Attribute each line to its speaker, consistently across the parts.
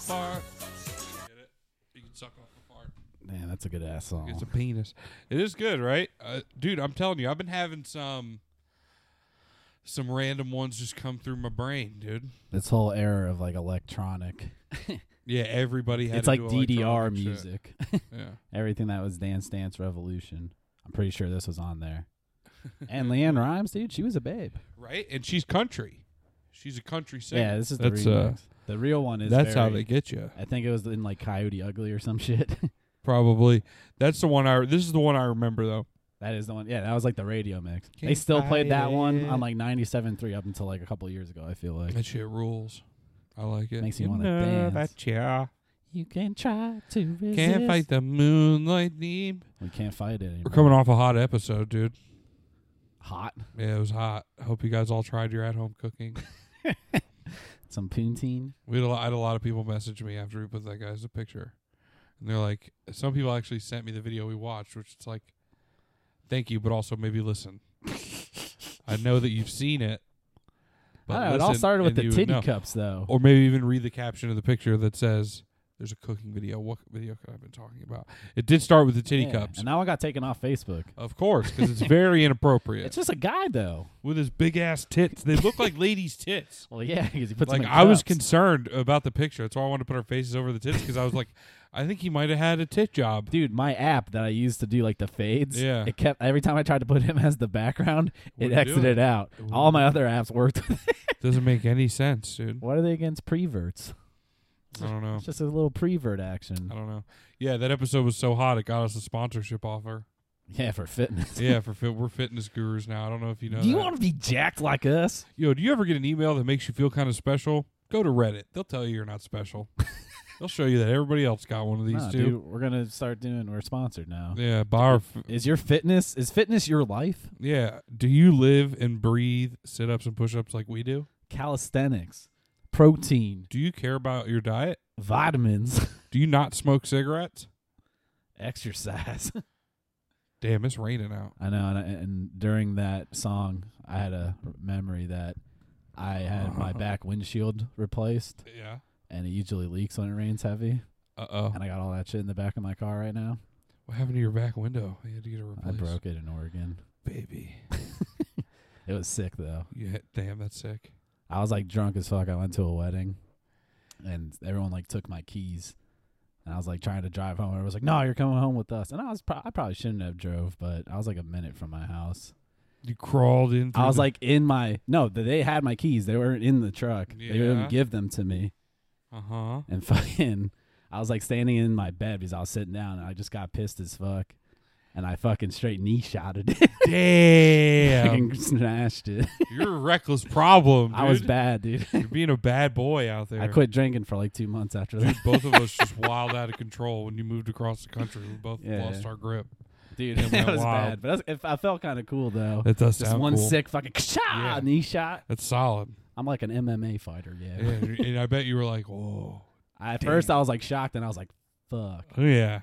Speaker 1: fart. Get it? You can suck off a fart.
Speaker 2: Man, that's a good ass song.
Speaker 1: It's a penis. It is good, right? Uh, dude, I'm telling you, I've been having some some random ones just come through my brain, dude.
Speaker 2: this whole era of like electronic.
Speaker 1: Yeah, everybody had
Speaker 2: It's
Speaker 1: to
Speaker 2: like
Speaker 1: do
Speaker 2: DDR
Speaker 1: electronic shit.
Speaker 2: music.
Speaker 1: Yeah.
Speaker 2: Everything that was Dance Dance Revolution. I'm pretty sure this was on there. And Leanne Rhymes, dude, she was a babe.
Speaker 1: Right? And she's country. She's a country singer.
Speaker 2: Yeah, this is the
Speaker 1: That's,
Speaker 2: remix.
Speaker 1: uh,
Speaker 2: the real one is.
Speaker 1: That's how
Speaker 2: very-
Speaker 1: they get you.
Speaker 2: I think it was in like Coyote Ugly or some shit.
Speaker 1: Probably. That's the one I this is the one I remember though.
Speaker 2: that is the one. Yeah, that was like the radio mix. they
Speaker 1: Can't
Speaker 2: still played
Speaker 1: fight
Speaker 2: that one
Speaker 1: it.
Speaker 2: on like 97.3 up until like a couple years ago. I feel like
Speaker 1: That shit rules. I like it.
Speaker 2: Makes you wanna dance.
Speaker 1: yeah.
Speaker 2: you can try to resist.
Speaker 1: Can't fight the moonlight deep.
Speaker 2: We can't fight it anymore.
Speaker 1: We're coming off a hot episode, dude.
Speaker 2: hot.
Speaker 1: Yeah, it was hot. I hope you guys all tried your at-home cooking.
Speaker 2: Some poutine.
Speaker 1: We had a lot, I had a lot of people message me after we put that guy as a picture, and they're like, some people actually sent me the video we watched, which it's like, thank you, but also maybe listen. I know that you've seen it.
Speaker 2: I don't know, it all
Speaker 1: listen
Speaker 2: started with
Speaker 1: and
Speaker 2: the
Speaker 1: you would
Speaker 2: titty
Speaker 1: know.
Speaker 2: cups, though.
Speaker 1: or maybe even read the caption of the picture that says, "There's a cooking video." What video could I have been talking about? It did start with the titty
Speaker 2: Yeah,
Speaker 1: cups,
Speaker 2: And now I got taken off Facebook.
Speaker 1: of course, because it's very inappropriate
Speaker 2: It's just a guy, though.
Speaker 1: with his big ass tits. They look like ladies' tits.
Speaker 2: Well, yeah, because he puts them
Speaker 1: like
Speaker 2: in
Speaker 1: I was
Speaker 2: cups.
Speaker 1: concerned about the picture. That's why I wanted to put our faces over the tits because I was like, I think he might have had a tit job.
Speaker 2: Dude, my app that I used to do like the fades,
Speaker 1: Yeah.
Speaker 2: it kept every time I tried to put him as the background, it
Speaker 1: Wouldn't do
Speaker 2: exited out.
Speaker 1: It
Speaker 2: All
Speaker 1: wouldn't
Speaker 2: my
Speaker 1: do
Speaker 2: other apps worked.
Speaker 1: Doesn't make any sense, dude.
Speaker 2: what are they against preverts?
Speaker 1: I don't know.
Speaker 2: It's just a little prevert action.
Speaker 1: I don't know. Yeah, that episode was so hot it got us a sponsorship offer.
Speaker 2: Yeah, for fitness.
Speaker 1: Yeah, for fit, we're fitness gurus now. I don't know if you know.
Speaker 2: do you
Speaker 1: that.
Speaker 2: want to be jacked like us?
Speaker 1: Yo, do you ever get an email that makes you feel kind of special? Go to Reddit. They'll tell you you're not special. They'll show you that everybody else got one of these
Speaker 2: Nah,
Speaker 1: too.
Speaker 2: dude, we're gonna start doing. We're sponsored now.
Speaker 1: Yeah, buy our f-
Speaker 2: Is your fitness? Is fitness your life?
Speaker 1: yeah. Do you live and breathe sit ups and push ups like we do?
Speaker 2: Calisthenics, protein,
Speaker 1: Do you care about your diet?
Speaker 2: vitamins,
Speaker 1: Do you not smoke cigarettes?
Speaker 2: exercise.
Speaker 1: Damn, it's raining out.
Speaker 2: I know, and, I, and during that song, I had a memory that I had my back windshield replaced,
Speaker 1: Yeah.
Speaker 2: and it usually leaks when it rains heavy.
Speaker 1: Uh oh.
Speaker 2: And I got all that shit in the back of my car right now.
Speaker 1: What happened to your back window? You had to get it
Speaker 2: I
Speaker 1: replaced.
Speaker 2: broke it in Oregon.
Speaker 1: baby.
Speaker 2: It was sick though.
Speaker 1: You hit, damn, that's sick.
Speaker 2: I was like drunk as fuck. I went to a wedding, and everyone like took my keys, and I was like trying to drive home. I was like, "No, you're coming home with us." And I was pro- I probably shouldn't have drove, but I was like a minute from my house.
Speaker 1: You crawled in.
Speaker 2: I
Speaker 1: through
Speaker 2: was
Speaker 1: the-
Speaker 2: like in my no, th- they had my keys. They weren't in the truck. They
Speaker 1: Yeah.
Speaker 2: didn't give them to me.
Speaker 1: uh huh.
Speaker 2: And fucking, I was like standing in my bed because I was sitting down, and I just got pissed as fuck, and I fucking straight knee shotted it.
Speaker 1: Damn.
Speaker 2: Fucking smashed it.
Speaker 1: You're a reckless problem.
Speaker 2: I was
Speaker 1: dude.
Speaker 2: bad, dude.
Speaker 1: You're being a bad boy out there.
Speaker 2: I quit drinking for like two months after that.
Speaker 1: Dude, both of us just wild out of control when you moved across the country. We both
Speaker 2: Yeah.
Speaker 1: lost our grip.
Speaker 2: Dude,
Speaker 1: It
Speaker 2: it,
Speaker 1: went
Speaker 2: was
Speaker 1: wild.
Speaker 2: bad. But that's, if I felt kind of cool though.
Speaker 1: That does
Speaker 2: Just
Speaker 1: sound
Speaker 2: one
Speaker 1: cool.
Speaker 2: sick fucking
Speaker 1: Yeah.
Speaker 2: knee shot.
Speaker 1: That's solid.
Speaker 2: I'm like an MMA fighter. Yeah.
Speaker 1: Yeah. and I bet you were like, whoa.
Speaker 2: I, at
Speaker 1: Damn.
Speaker 2: first, I was like shocked, and I was like, "Fuck!"
Speaker 1: Yeah.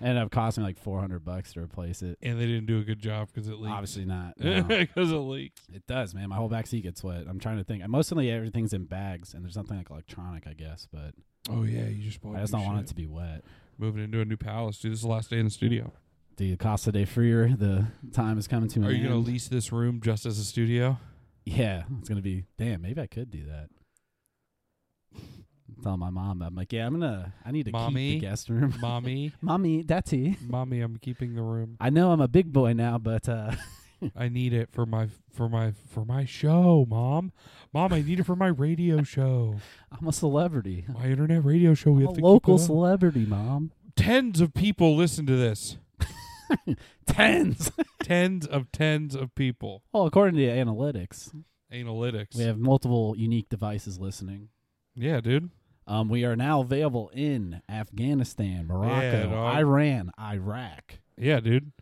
Speaker 2: Ended up costing me like 400 bucks to replace it.
Speaker 1: And they didn't do a good job because it leaked.
Speaker 2: Obviously not. no.
Speaker 1: Because it leaked.
Speaker 2: it does, man. My whole back seat gets wet. I'm trying to think. Mostly everything's in bags, and there's nothing like electronic, I guess. But
Speaker 1: Oh, yeah. You just bought
Speaker 2: I just
Speaker 1: new
Speaker 2: don't want
Speaker 1: shit.
Speaker 2: it to be wet.
Speaker 1: moving into a new palace, dude. This is the last day in the studio.
Speaker 2: Dude, Costa de Freer, the time is coming to an
Speaker 1: Are you gonna
Speaker 2: end.
Speaker 1: lease this room just as a studio?
Speaker 2: Yeah, it's gonna be. Damn, maybe I could do that. Tell my mom. I'm like, yeah, I'm gonna. I need to
Speaker 1: Mommy?
Speaker 2: keep the guest room.
Speaker 1: mommy,
Speaker 2: Mommy, daddy.
Speaker 1: mommy, I'm keeping the room.
Speaker 2: I know I'm a big boy now, but uh,
Speaker 1: I need it for my for my for my show, mom. Mom, I need it for my radio show,
Speaker 2: I'm a celebrity.
Speaker 1: my internet radio show. We
Speaker 2: I'm a
Speaker 1: have to
Speaker 2: local
Speaker 1: Keep it up.
Speaker 2: celebrity, mom.
Speaker 1: Tens of people listen to this.
Speaker 2: Tens.
Speaker 1: tens of tens of people.
Speaker 2: well, according to analytics,
Speaker 1: Analytics.
Speaker 2: we have multiple unique devices listening.
Speaker 1: yeah, dude.
Speaker 2: Um, we are now available in Afghanistan, Morocco,
Speaker 1: dog.
Speaker 2: Iran, Iraq,
Speaker 1: Yeah, dude.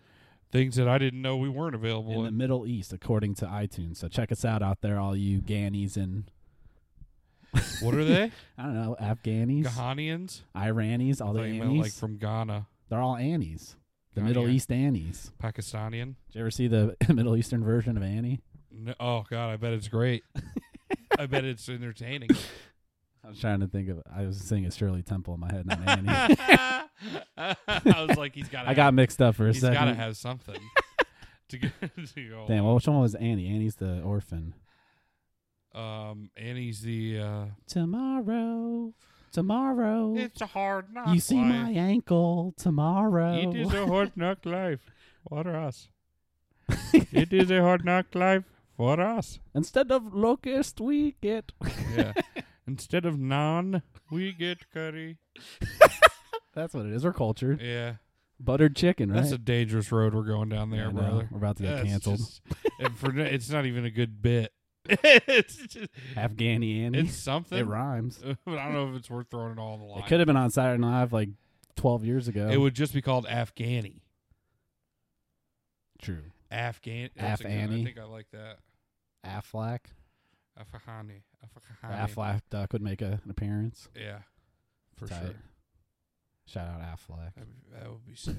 Speaker 1: Things that I didn't know we weren't available.
Speaker 2: in the
Speaker 1: In.
Speaker 2: Middle East, according to iTunes. So check us out out there, all you Ghanis and
Speaker 1: What are they?
Speaker 2: I don't know Afghanis,
Speaker 1: Ghanaians.
Speaker 2: Iranis, all
Speaker 1: I
Speaker 2: the
Speaker 1: thought you meant,
Speaker 2: Annies.
Speaker 1: like from Ghana,
Speaker 2: They're all Annies. The Middle
Speaker 1: Ghania.
Speaker 2: East Annies.
Speaker 1: Pakistanian.
Speaker 2: Did you ever see the Middle Eastern version of Annie?
Speaker 1: No, oh God, I bet it's great. I bet it's entertaining.
Speaker 2: I was trying to think of. I was singing Shirley Temple in my head, not Annie.
Speaker 1: I was like, he's got.
Speaker 2: I got mixed up for a
Speaker 1: He's
Speaker 2: second.
Speaker 1: got to have something to get to go.
Speaker 2: Damn, well, which one was Annie? Annie's the orphan.
Speaker 1: Um, Annie's the. Uh,
Speaker 2: Tomorrow, tomorrow,
Speaker 1: it's a hard knock.
Speaker 2: you see my uh,
Speaker 1: life.
Speaker 2: ankle tomorrow.
Speaker 1: It is a hard knock life for us. It is a hard knock life for us.
Speaker 2: Instead of locust, we get.
Speaker 1: Yeah. Instead of naan, we get curry.
Speaker 2: That's what it is. We're cultured.
Speaker 1: Yeah.
Speaker 2: Buttered chicken, right?
Speaker 1: That's a dangerous road we're going down
Speaker 2: Yeah,
Speaker 1: there,
Speaker 2: I know.
Speaker 1: brother.
Speaker 2: We're about to get
Speaker 1: That's
Speaker 2: canceled.
Speaker 1: just- and for, no- it's not even a good bit. it's just,
Speaker 2: Afghani Annie.
Speaker 1: it's something.
Speaker 2: it rhymes.
Speaker 1: but I don't know if it's worth throwing it all on the line.
Speaker 2: It could have been on Saturday Night Live like 12 years ago.
Speaker 1: It would just be called Afghani.
Speaker 2: True.
Speaker 1: Afghan. that's a good-
Speaker 2: Afghani.
Speaker 1: I think I like that.
Speaker 2: Affleck.
Speaker 1: Afghani. Afghani.
Speaker 2: Affleck Duck would make a, an appearance.
Speaker 1: Yeah. For
Speaker 2: Tight.
Speaker 1: sure.
Speaker 2: Shout out Affleck.
Speaker 1: That'd be, that would be sick.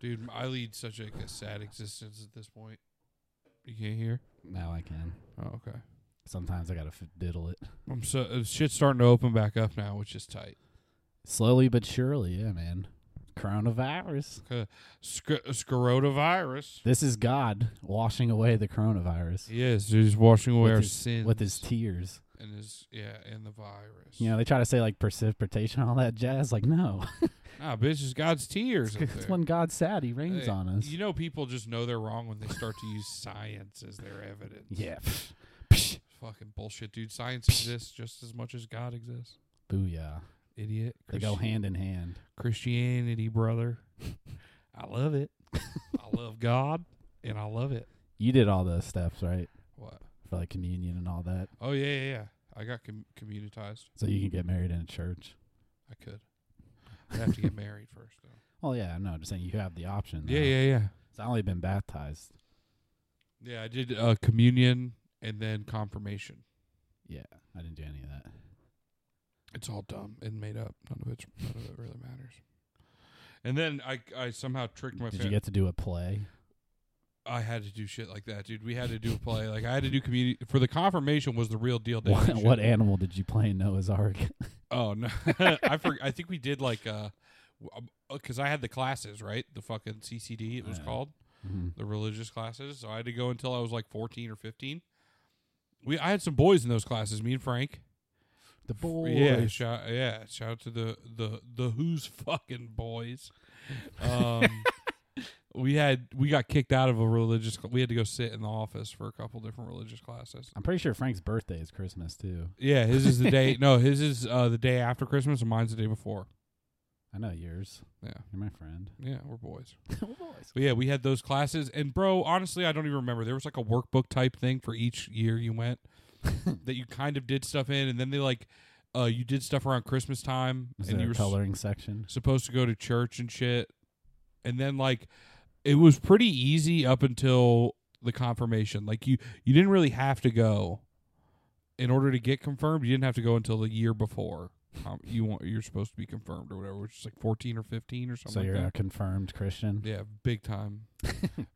Speaker 1: Dude, I lead such a, a sad existence at this point. You can't hear?
Speaker 2: Now I can.
Speaker 1: Oh, okay.
Speaker 2: Sometimes I gotta f- diddle it
Speaker 1: I'm so uh, shit's starting to open back up now, which is tight.
Speaker 2: slowly but surely. Yeah, man. Coronavirus.
Speaker 1: Sc- scrotavirus.
Speaker 2: This is God washing away the coronavirus
Speaker 1: Yes, he's washing away
Speaker 2: With
Speaker 1: our
Speaker 2: his-
Speaker 1: sins
Speaker 2: with his tears.
Speaker 1: and his yeah, and the virus.
Speaker 2: You know, they try to say like precipitation, all that jazz. Like, no,
Speaker 1: nah, bitch, it's God's tears.
Speaker 2: it's,
Speaker 1: up
Speaker 2: it's
Speaker 1: there.
Speaker 2: when God's sad, He rains
Speaker 1: Hey,
Speaker 2: on us.
Speaker 1: You know, people just know they're wrong when they start to use science as their evidence.
Speaker 2: yeah, Psh,
Speaker 1: fucking bullshit, dude. Science exists just as much as God exists.
Speaker 2: booyah!
Speaker 1: Idiot.
Speaker 2: They go
Speaker 1: Christi-
Speaker 2: hand in hand.
Speaker 1: Christianity, brother. I love it. I love God, and I love it.
Speaker 2: You did all those steps right
Speaker 1: What?
Speaker 2: for like communion and all that,
Speaker 1: Oh yeah, yeah, yeah. I got com- communitized.
Speaker 2: so you can get married in a church.
Speaker 1: I could. I'd have to get married first, though.
Speaker 2: Well, yeah, no, I'm just saying you have the option.
Speaker 1: Yeah,
Speaker 2: though.
Speaker 1: yeah, yeah.
Speaker 2: So I only been baptized.
Speaker 1: Yeah, I did uh, communion and then confirmation.
Speaker 2: Yeah, I didn't do any of that.
Speaker 1: It's all dumb and made up. None of it, none of it really matters. And then I, I somehow tricked my.
Speaker 2: Did
Speaker 1: fam-
Speaker 2: you get to do a play?
Speaker 1: I had to do shit like that, dude. We had to do a play. like I had to do community for the confirmation was the real deal. Day
Speaker 2: What, what animal did you play in Noah's Ark?
Speaker 1: Oh no, I for, I think we did like uh, because I had the classes right, the fucking CCD it was
Speaker 2: Yeah.
Speaker 1: called.
Speaker 2: Mhm.
Speaker 1: the religious classes. So I had to go until I was like 14 or 15. We I had some boys in those classes. Me and Frank.
Speaker 2: The boy.
Speaker 1: Yeah, shout yeah, shout out to the the the who's fucking boys. Um, we had we got kicked out of a religious. cl- We had to go sit in the office for a couple different religious classes.
Speaker 2: I'm pretty sure Frank's birthday is Christmas too.
Speaker 1: Yeah, his is the day. No, his is uh, the day after Christmas, and mine's the day before.
Speaker 2: I know yours.
Speaker 1: Yeah,
Speaker 2: You're my friend.
Speaker 1: yeah, we're boys. But yeah, we had those classes, and bro, honestly, I don't even remember. There was like a workbook type thing for each year you went that you kind of did stuff in, and then they like, uh, you did stuff around Christmas time,
Speaker 2: Is
Speaker 1: and
Speaker 2: there
Speaker 1: you
Speaker 2: a
Speaker 1: were s-
Speaker 2: coloring section?
Speaker 1: supposed to go to church and shit, and then like, it was pretty easy up until the confirmation. Like you, you didn't really have to go in order to get confirmed. You didn't have to go until the year before. Um, you want you're supposed to be confirmed or whatever, which is like fourteen or fifteen or something.
Speaker 2: so
Speaker 1: like
Speaker 2: you're
Speaker 1: that.
Speaker 2: a confirmed Christian.
Speaker 1: Yeah, big time.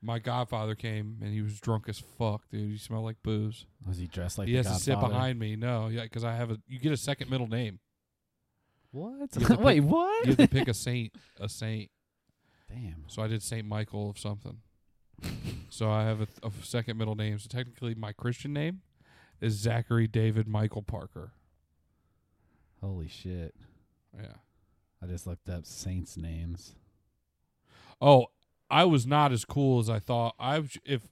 Speaker 1: My godfather came and he was drunk as fuck, dude. He smelled like booze.
Speaker 2: Was he dressed like
Speaker 1: he
Speaker 2: the
Speaker 1: has to sit
Speaker 2: Godfather?
Speaker 1: behind me. No, yeah, because I have a. You get a second middle name. You have to
Speaker 2: What?
Speaker 1: pick-
Speaker 2: Wait,
Speaker 1: You
Speaker 2: what?
Speaker 1: have to pick a saint. A saint.
Speaker 2: Damn.
Speaker 1: So I did Saint Michael of something. So I have a, a second middle name. So technically, my Christian name is Zachary David Michael Parker.
Speaker 2: Holy shit.
Speaker 1: Yeah.
Speaker 2: I just looked up saints' names.
Speaker 1: Oh, I was not as cool as I thought. I was- if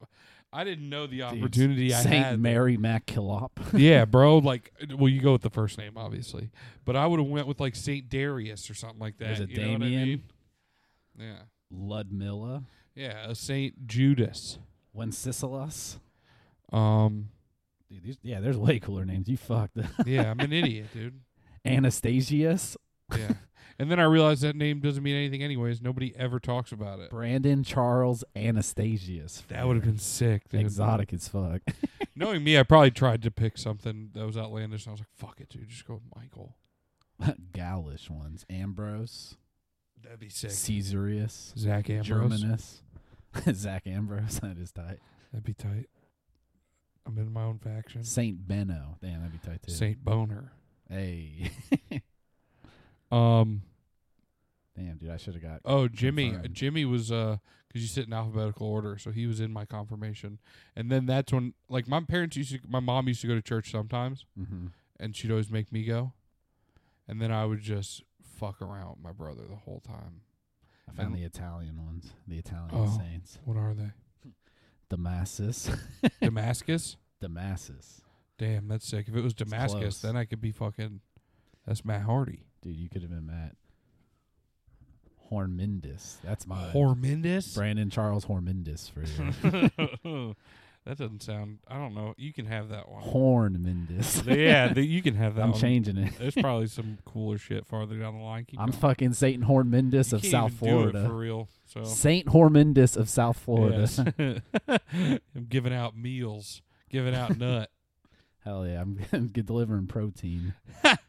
Speaker 1: I didn't know the
Speaker 2: Dude,
Speaker 1: opportunity I
Speaker 2: Saint
Speaker 1: had.
Speaker 2: Mary Mackillop.
Speaker 1: yeah, bro. Like, well, you go with the first name, obviously, but I would have went with like Saint Darius or something like that.
Speaker 2: There's a
Speaker 1: you know what I
Speaker 2: Damien.
Speaker 1: mean? Yeah,
Speaker 2: Ludmilla.
Speaker 1: yeah, a Saint Judas.
Speaker 2: Wenceslaus.
Speaker 1: Um,
Speaker 2: Dude, these, yeah, there's way cooler names. You fucked.
Speaker 1: yeah, I'm an idiot, dude.
Speaker 2: Anastasius.
Speaker 1: Yeah, and then I realized that name doesn't mean anything, anyways. Nobody ever talks about it.
Speaker 2: Brandon Charles Anastasius.
Speaker 1: That would have been sick, dude.
Speaker 2: exotic as fuck.
Speaker 1: Knowing me, I probably tried to pick something that was outlandish, and I was like, "Fuck it, dude, just go with Michael."
Speaker 2: Gaulish ones. Ambrose.
Speaker 1: That'd be sick.
Speaker 2: Caesarius.
Speaker 1: Zach Ambrose.
Speaker 2: Germanus. Zach Ambrose. That is tight.
Speaker 1: That'd be tight. I'm in my own faction.
Speaker 2: Saint Benno. Damn, that'd be tight too.
Speaker 1: Saint Boner.
Speaker 2: Hey,
Speaker 1: Um.
Speaker 2: damn, dude, I should have got.
Speaker 1: Oh, Jimmy.
Speaker 2: Confirmed.
Speaker 1: Jimmy was uh, because you sit in alphabetical order, so he was in my confirmation. And then that's when, like, my parents used to. My mom used to go to church sometimes,
Speaker 2: Mhm.
Speaker 1: and she'd always make me go. And then I would just fuck around with my brother the whole time.
Speaker 2: I found
Speaker 1: And-
Speaker 2: the Italian ones, the Italian
Speaker 1: Oh.
Speaker 2: saints.
Speaker 1: What are they?
Speaker 2: Damascus,
Speaker 1: Damascus.
Speaker 2: Damascus,
Speaker 1: Damn, that's sick. If it was
Speaker 2: close.
Speaker 1: Damascus, then I could be fucking. That's Matt Hardy.
Speaker 2: dude, you could have been Matt. Hormindus, that's my
Speaker 1: Hormendous.
Speaker 2: Brandon Charles Hormindus for you.
Speaker 1: that doesn't sound. I don't know. You can have that one.
Speaker 2: Hornmindus.
Speaker 1: yeah, the, you can have that.
Speaker 2: I'm
Speaker 1: one.
Speaker 2: changing it.
Speaker 1: There's probably some cooler shit farther down the line. Keep
Speaker 2: I'm
Speaker 1: going.
Speaker 2: fucking Satan Hormindus
Speaker 1: You
Speaker 2: of
Speaker 1: can't
Speaker 2: South
Speaker 1: even do it for
Speaker 2: Florida.
Speaker 1: real. So
Speaker 2: Saint Hormindus of South Florida.
Speaker 1: yes. I'm giving out meals, giving out nut.
Speaker 2: Hell yeah, I'm I'm delivering protein out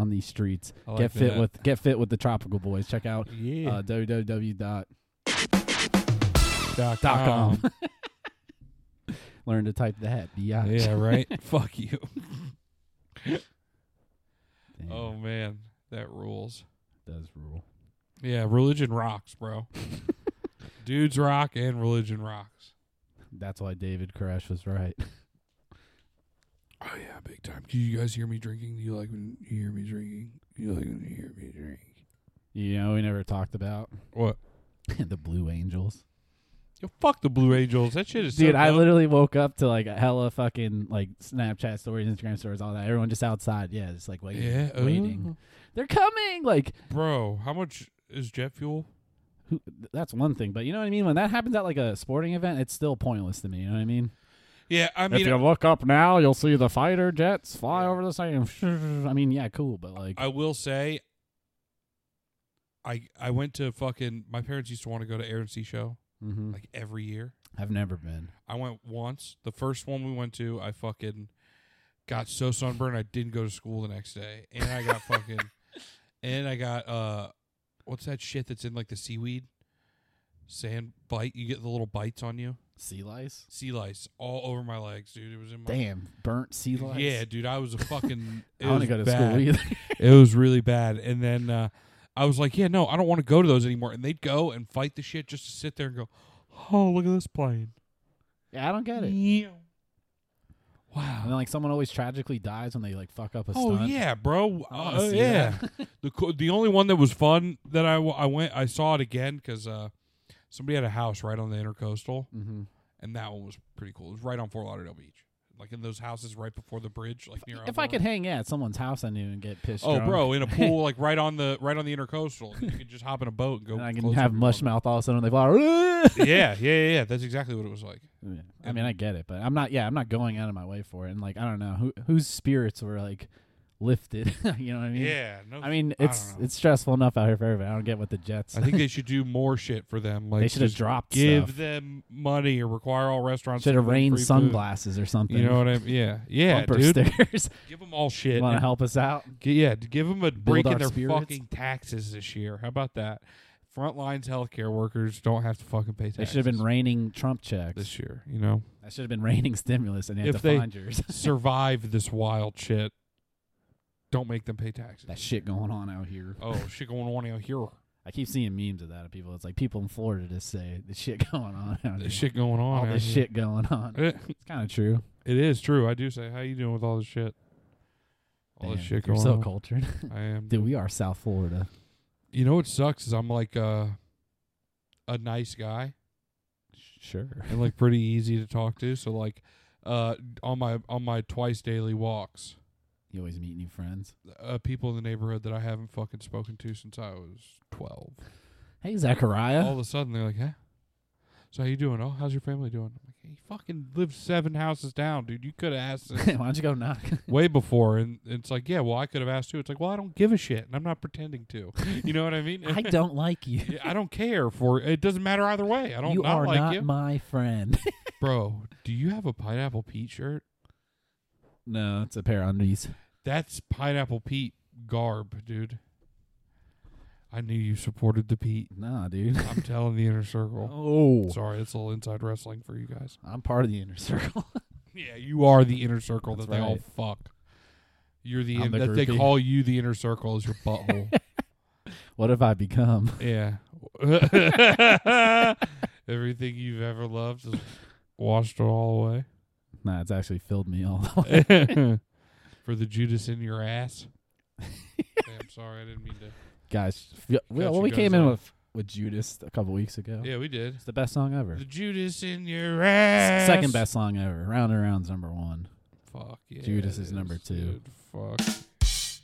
Speaker 2: on these streets.
Speaker 1: I like
Speaker 2: get fit
Speaker 1: that.
Speaker 2: with get fit with the Tropical Boys. Check out
Speaker 1: yeah.
Speaker 2: uh, www dot
Speaker 1: dot
Speaker 2: dot
Speaker 1: com.
Speaker 2: com. Learn to type that. Yeah.
Speaker 1: yeah, right. Fuck you.
Speaker 2: Damn,
Speaker 1: Oh man, that rules.
Speaker 2: it does rule.
Speaker 1: Yeah, religion rocks, bro. Dudes rock and religion rocks.
Speaker 2: That's why David Koresh was right.
Speaker 1: Oh yeah, big time. Do you guys hear me drinking? Do you like when you hear me drinking? Do you like when you hear me drink?
Speaker 2: You know, we never talked about
Speaker 1: What?
Speaker 2: the Blue Angels.
Speaker 1: Yo, fuck the Blue Angels. That shit is so
Speaker 2: Dude, I
Speaker 1: dumb.
Speaker 2: literally woke up to like hella fucking like Snapchat stories, Instagram stories, all that. Everyone just outside. Yeah, just like waiting.
Speaker 1: yeah, uh,
Speaker 2: waiting. They're coming. Like
Speaker 1: Bro, how much is jet fuel?
Speaker 2: who, th- that's one thing, but you know what I mean. When that happens at like a sporting event, it's still pointless to me. You know what I mean?
Speaker 1: Yeah, I mean,
Speaker 2: look up now, you'll see the fighter jets fly
Speaker 1: Yeah. over
Speaker 2: the same. I mean, yeah, cool, but like,
Speaker 1: I will say, I I went to fucking. My parents used to want to go to Air and Sea show
Speaker 2: mhm.
Speaker 1: like every year.
Speaker 2: I've never been.
Speaker 1: I went once. The first one we went to, I fucking got so sunburned I didn't go to school the next day, and I got fucking, and I got uh, what's that shit that's in like the seaweed, sand bite? You get the little bites on you,
Speaker 2: Sea lice.
Speaker 1: sea lice all over my legs, dude. It was in my
Speaker 2: Damn, burnt sea lice.
Speaker 1: Yeah, dude, I was a fucking.
Speaker 2: I
Speaker 1: It
Speaker 2: don't
Speaker 1: was
Speaker 2: go to
Speaker 1: bad.
Speaker 2: school either.
Speaker 1: It was really bad. And then uh, I was like, yeah, no, I don't want to go to those anymore. And they'd go and fight the shit just to sit there and go, oh, look at this plane.
Speaker 2: yeah, I don't get it.
Speaker 1: Yeah.
Speaker 2: And
Speaker 1: Wow.
Speaker 2: then like someone always tragically dies when they like fuck up a
Speaker 1: Oh,
Speaker 2: stunt.
Speaker 1: yeah, bro.
Speaker 2: I wanna
Speaker 1: Uh,
Speaker 2: see
Speaker 1: yeah.
Speaker 2: that.
Speaker 1: the, co- the only one that was fun that I, w- I went, I saw it again because uh, somebody had a house right on the intercoastal.
Speaker 2: hmm
Speaker 1: And that one was pretty cool. It was right on Fort Lauderdale Beach. Like in those houses right before the bridge, like near.
Speaker 2: If I
Speaker 1: Aurora.
Speaker 2: could hang out at someone's house, I knew and get pissed.
Speaker 1: Oh,
Speaker 2: drunk,
Speaker 1: bro, in a pool, like right on the right on the intercoastal, you could just hop in a boat and go.
Speaker 2: and I can
Speaker 1: close
Speaker 2: have
Speaker 1: everyone.
Speaker 2: mush mouth all of a sudden. They fly.
Speaker 1: yeah, yeah, yeah, yeah. That's exactly what it was like.
Speaker 2: Yeah. I mean, I get it, but I'm not. Yeah, I'm not going out of my way for it. And like, I don't know who whose spirits were like lifted. you know what I mean?
Speaker 1: yeah, no.
Speaker 2: I mean,
Speaker 1: I don't
Speaker 2: it's
Speaker 1: know.
Speaker 2: it's stressful enough out here for everybody. I don't get what the Jets.
Speaker 1: I think they should do more shit for them. Like
Speaker 2: they should have
Speaker 1: just
Speaker 2: dropped.
Speaker 1: give
Speaker 2: stuff.
Speaker 1: them money or require all restaurants
Speaker 2: Should
Speaker 1: to
Speaker 2: have
Speaker 1: give them
Speaker 2: rained
Speaker 1: free food.
Speaker 2: sunglasses or something.
Speaker 1: You know what I mean? Yeah, yeah,
Speaker 2: Bumper
Speaker 1: dude.
Speaker 2: stickers.
Speaker 1: Give them all shit.
Speaker 2: Want to
Speaker 1: and
Speaker 2: help us out?
Speaker 1: g- yeah, d- give them a break in
Speaker 2: our
Speaker 1: their
Speaker 2: spirits.
Speaker 1: fucking taxes this year. How about that? Frontlines healthcare workers don't have to fucking pay taxes.
Speaker 2: They should have been raining Trump checks.
Speaker 1: this year. You know,
Speaker 2: That should have been raining stimulus, and you have
Speaker 1: If
Speaker 2: to
Speaker 1: they-
Speaker 2: find yours.
Speaker 1: survive this wild shit. Don't make them pay taxes.
Speaker 2: that shit going on out here.
Speaker 1: Oh, shit going on out here.
Speaker 2: I keep seeing memes of that of people. It's like people in Florida just say the shit going on out here.
Speaker 1: This shit going on.
Speaker 2: all
Speaker 1: out
Speaker 2: this
Speaker 1: here.
Speaker 2: shit going on. It's kind of true.
Speaker 1: It is true. I do say, "How you doing with all this shit? All this
Speaker 2: Damn,
Speaker 1: shit
Speaker 2: you're
Speaker 1: going
Speaker 2: so
Speaker 1: on."
Speaker 2: cultured.
Speaker 1: I am.
Speaker 2: Dude, we are South Florida.
Speaker 1: You know what sucks is I'm like uh, a nice guy
Speaker 2: Sure.
Speaker 1: and like pretty easy to talk to. So like, uh, on my on my twice daily walks,
Speaker 2: You always meet new friends.
Speaker 1: uh, people in the neighborhood that I haven't fucking spoken to since I was twelve.
Speaker 2: Hey, Zachariah.
Speaker 1: All of a sudden they're like, "Huh." So how you doing? Oh, how's your family doing? I'm like, he fucking lives seven houses down, dude. You could have asked
Speaker 2: Why don't you go knock?
Speaker 1: way before and it's like yeah well i could have asked you it's like well i don't give a shit and i'm not pretending to you know what i mean
Speaker 2: I don't like you.
Speaker 1: Yeah, I don't care for it doesn't matter either way i don't
Speaker 2: you
Speaker 1: not
Speaker 2: are
Speaker 1: like
Speaker 2: not
Speaker 1: you
Speaker 2: my friend.
Speaker 1: bro do you have a pineapple pete shirt
Speaker 2: no, it's a pair of undies.
Speaker 1: that's pineapple pete garb dude i knew you supported the pete
Speaker 2: Nah, dude.
Speaker 1: i'm telling the inner circle
Speaker 2: Oh,
Speaker 1: sorry it's a little inside wrestling for you guys
Speaker 2: I'm part of the inner circle.
Speaker 1: yeah you are the inner circle
Speaker 2: That's
Speaker 1: that they all
Speaker 2: right.
Speaker 1: fuck You're the,
Speaker 2: I'm
Speaker 1: in,
Speaker 2: the
Speaker 1: that they
Speaker 2: groupie.
Speaker 1: call you the inner circle is your butthole.
Speaker 2: What have I become?
Speaker 1: yeah. Everything you've ever loved is washed all away.
Speaker 2: Nah, it's actually filled me all the way.
Speaker 1: for the Judas in your ass. Hey, I'm sorry, I didn't mean to.
Speaker 2: Guys, yeah, well,
Speaker 1: you
Speaker 2: we
Speaker 1: guys
Speaker 2: came in
Speaker 1: off.
Speaker 2: with, with Judas a couple weeks ago.
Speaker 1: Yeah, we did.
Speaker 2: It's the best song ever.
Speaker 1: The Judas in your ass.
Speaker 2: Second best song ever. Round and Round's number one.
Speaker 1: Fuck yeah.
Speaker 2: Judas
Speaker 1: it
Speaker 2: is number two.
Speaker 1: dude. Fuck.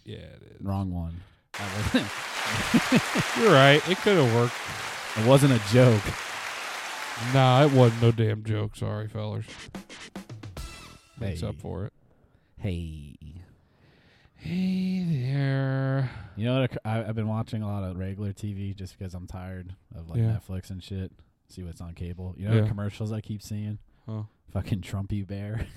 Speaker 1: Yeah, it is.
Speaker 2: Wrong one. That wasn't-
Speaker 1: You're right. It could have worked.
Speaker 2: it wasn't a joke.
Speaker 1: Nah, it wasn't no damn joke. Sorry, fellers. Makes
Speaker 2: Hey.
Speaker 1: up for it.
Speaker 2: Hey.
Speaker 1: Hey there.
Speaker 2: You know what? I, I've been watching a lot of regular TV just because I'm tired of like
Speaker 1: Yeah.
Speaker 2: Netflix and shit. See what's on cable. You know the
Speaker 1: Yeah.
Speaker 2: commercials I keep seeing?
Speaker 1: Huh.
Speaker 2: Fucking Trumpy bear.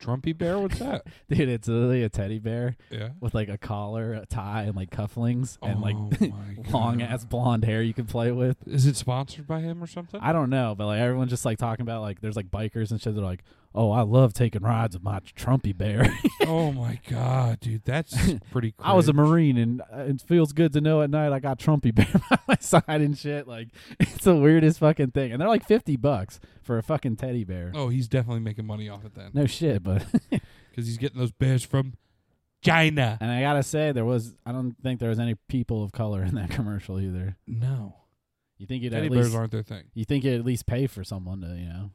Speaker 1: Trumpy bear? What's that?
Speaker 2: Dude, it's literally a teddy bear
Speaker 1: yeah.
Speaker 2: with like a collar, a tie, and like cufflings and like
Speaker 1: Oh my
Speaker 2: long
Speaker 1: God.
Speaker 2: ass blonde hair you can play with.
Speaker 1: Is it sponsored by him or something?
Speaker 2: I don't know, but like everyone's just like talking about like there's like bikers and shit. They're like, oh, I love taking rides with my Trumpy bear.
Speaker 1: oh my god, dude, that's pretty. Crazy.
Speaker 2: I was a marine, and uh, it feels good to know at night I got Trumpy bear by my side and shit. Like it's the weirdest fucking thing, and they're like fifty bucks for a fucking teddy bear.
Speaker 1: Oh, he's definitely making money off it then,
Speaker 2: No shit, but
Speaker 1: because he's getting those bears from China.
Speaker 2: and I gotta say there was I don't think there was any people of color in that commercial either.
Speaker 1: No,
Speaker 2: You think you'd
Speaker 1: teddy
Speaker 2: at
Speaker 1: bears
Speaker 2: least
Speaker 1: aren't their thing.
Speaker 2: you think you'd at least pay for someone to you know.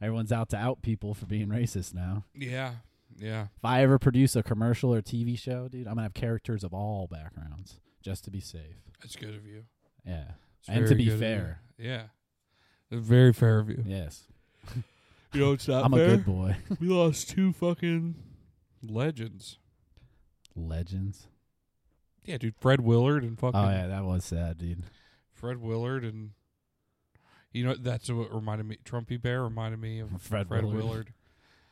Speaker 2: Everyone's out to out people for being racist now.
Speaker 1: Yeah, yeah.
Speaker 2: If I ever produce a commercial or TV show, dude, I'm gonna have characters of all backgrounds just to be safe.
Speaker 1: That's good of you.
Speaker 2: Yeah.
Speaker 1: It's
Speaker 2: And
Speaker 1: very
Speaker 2: to be
Speaker 1: good of you.
Speaker 2: fair.
Speaker 1: Yeah, it's very fair of you.
Speaker 2: Yes.
Speaker 1: You know, it's not
Speaker 2: I'm a
Speaker 1: fair.
Speaker 2: good boy.
Speaker 1: We lost two fucking legends.
Speaker 2: Legends.
Speaker 1: Yeah, dude, Fred Willard and fucking
Speaker 2: Oh yeah, that was sad, dude.
Speaker 1: Fred Willard and you know that's what reminded me. Trumpy Bear reminded me of
Speaker 2: Fred,
Speaker 1: Fred
Speaker 2: Willard.
Speaker 1: Willard.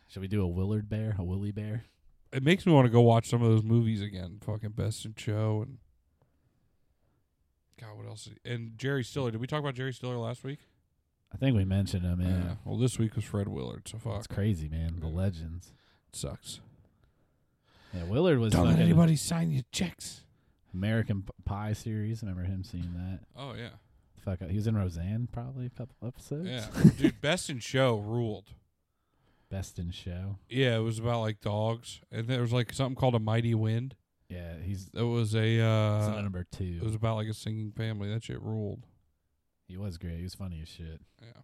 Speaker 2: Should we do a Willard bear, a Willie bear?
Speaker 1: It makes me want to go watch some of those movies again. Fucking Best in Show and God, what else? And Jerry Stiller. Did we talk about Jerry Stiller last week?
Speaker 2: I think we mentioned him.
Speaker 1: Uh,
Speaker 2: Yeah,
Speaker 1: well, this week was Fred Willard, so
Speaker 2: it's
Speaker 1: fuck.
Speaker 2: crazy, man. The
Speaker 1: Yeah.
Speaker 2: legends.
Speaker 1: sucks.
Speaker 2: Yeah, Willard was
Speaker 1: Don't let
Speaker 2: fucking
Speaker 1: anybody sign your checks.
Speaker 2: American P- Pie series. Remember him seeing that?
Speaker 1: Oh yeah,
Speaker 2: Fuck, he was in Roseanne probably a couple episodes.
Speaker 1: yeah, dude. Best in Show ruled.
Speaker 2: Best in show.
Speaker 1: Yeah, it was about like dogs, and there was like something called a Mighty Wind.
Speaker 2: Yeah, he's,
Speaker 1: That was a.
Speaker 2: he's
Speaker 1: uh
Speaker 2: number two.
Speaker 1: It was about like a singing family. That shit ruled.
Speaker 2: he was great. He was funny as shit.
Speaker 1: Yeah.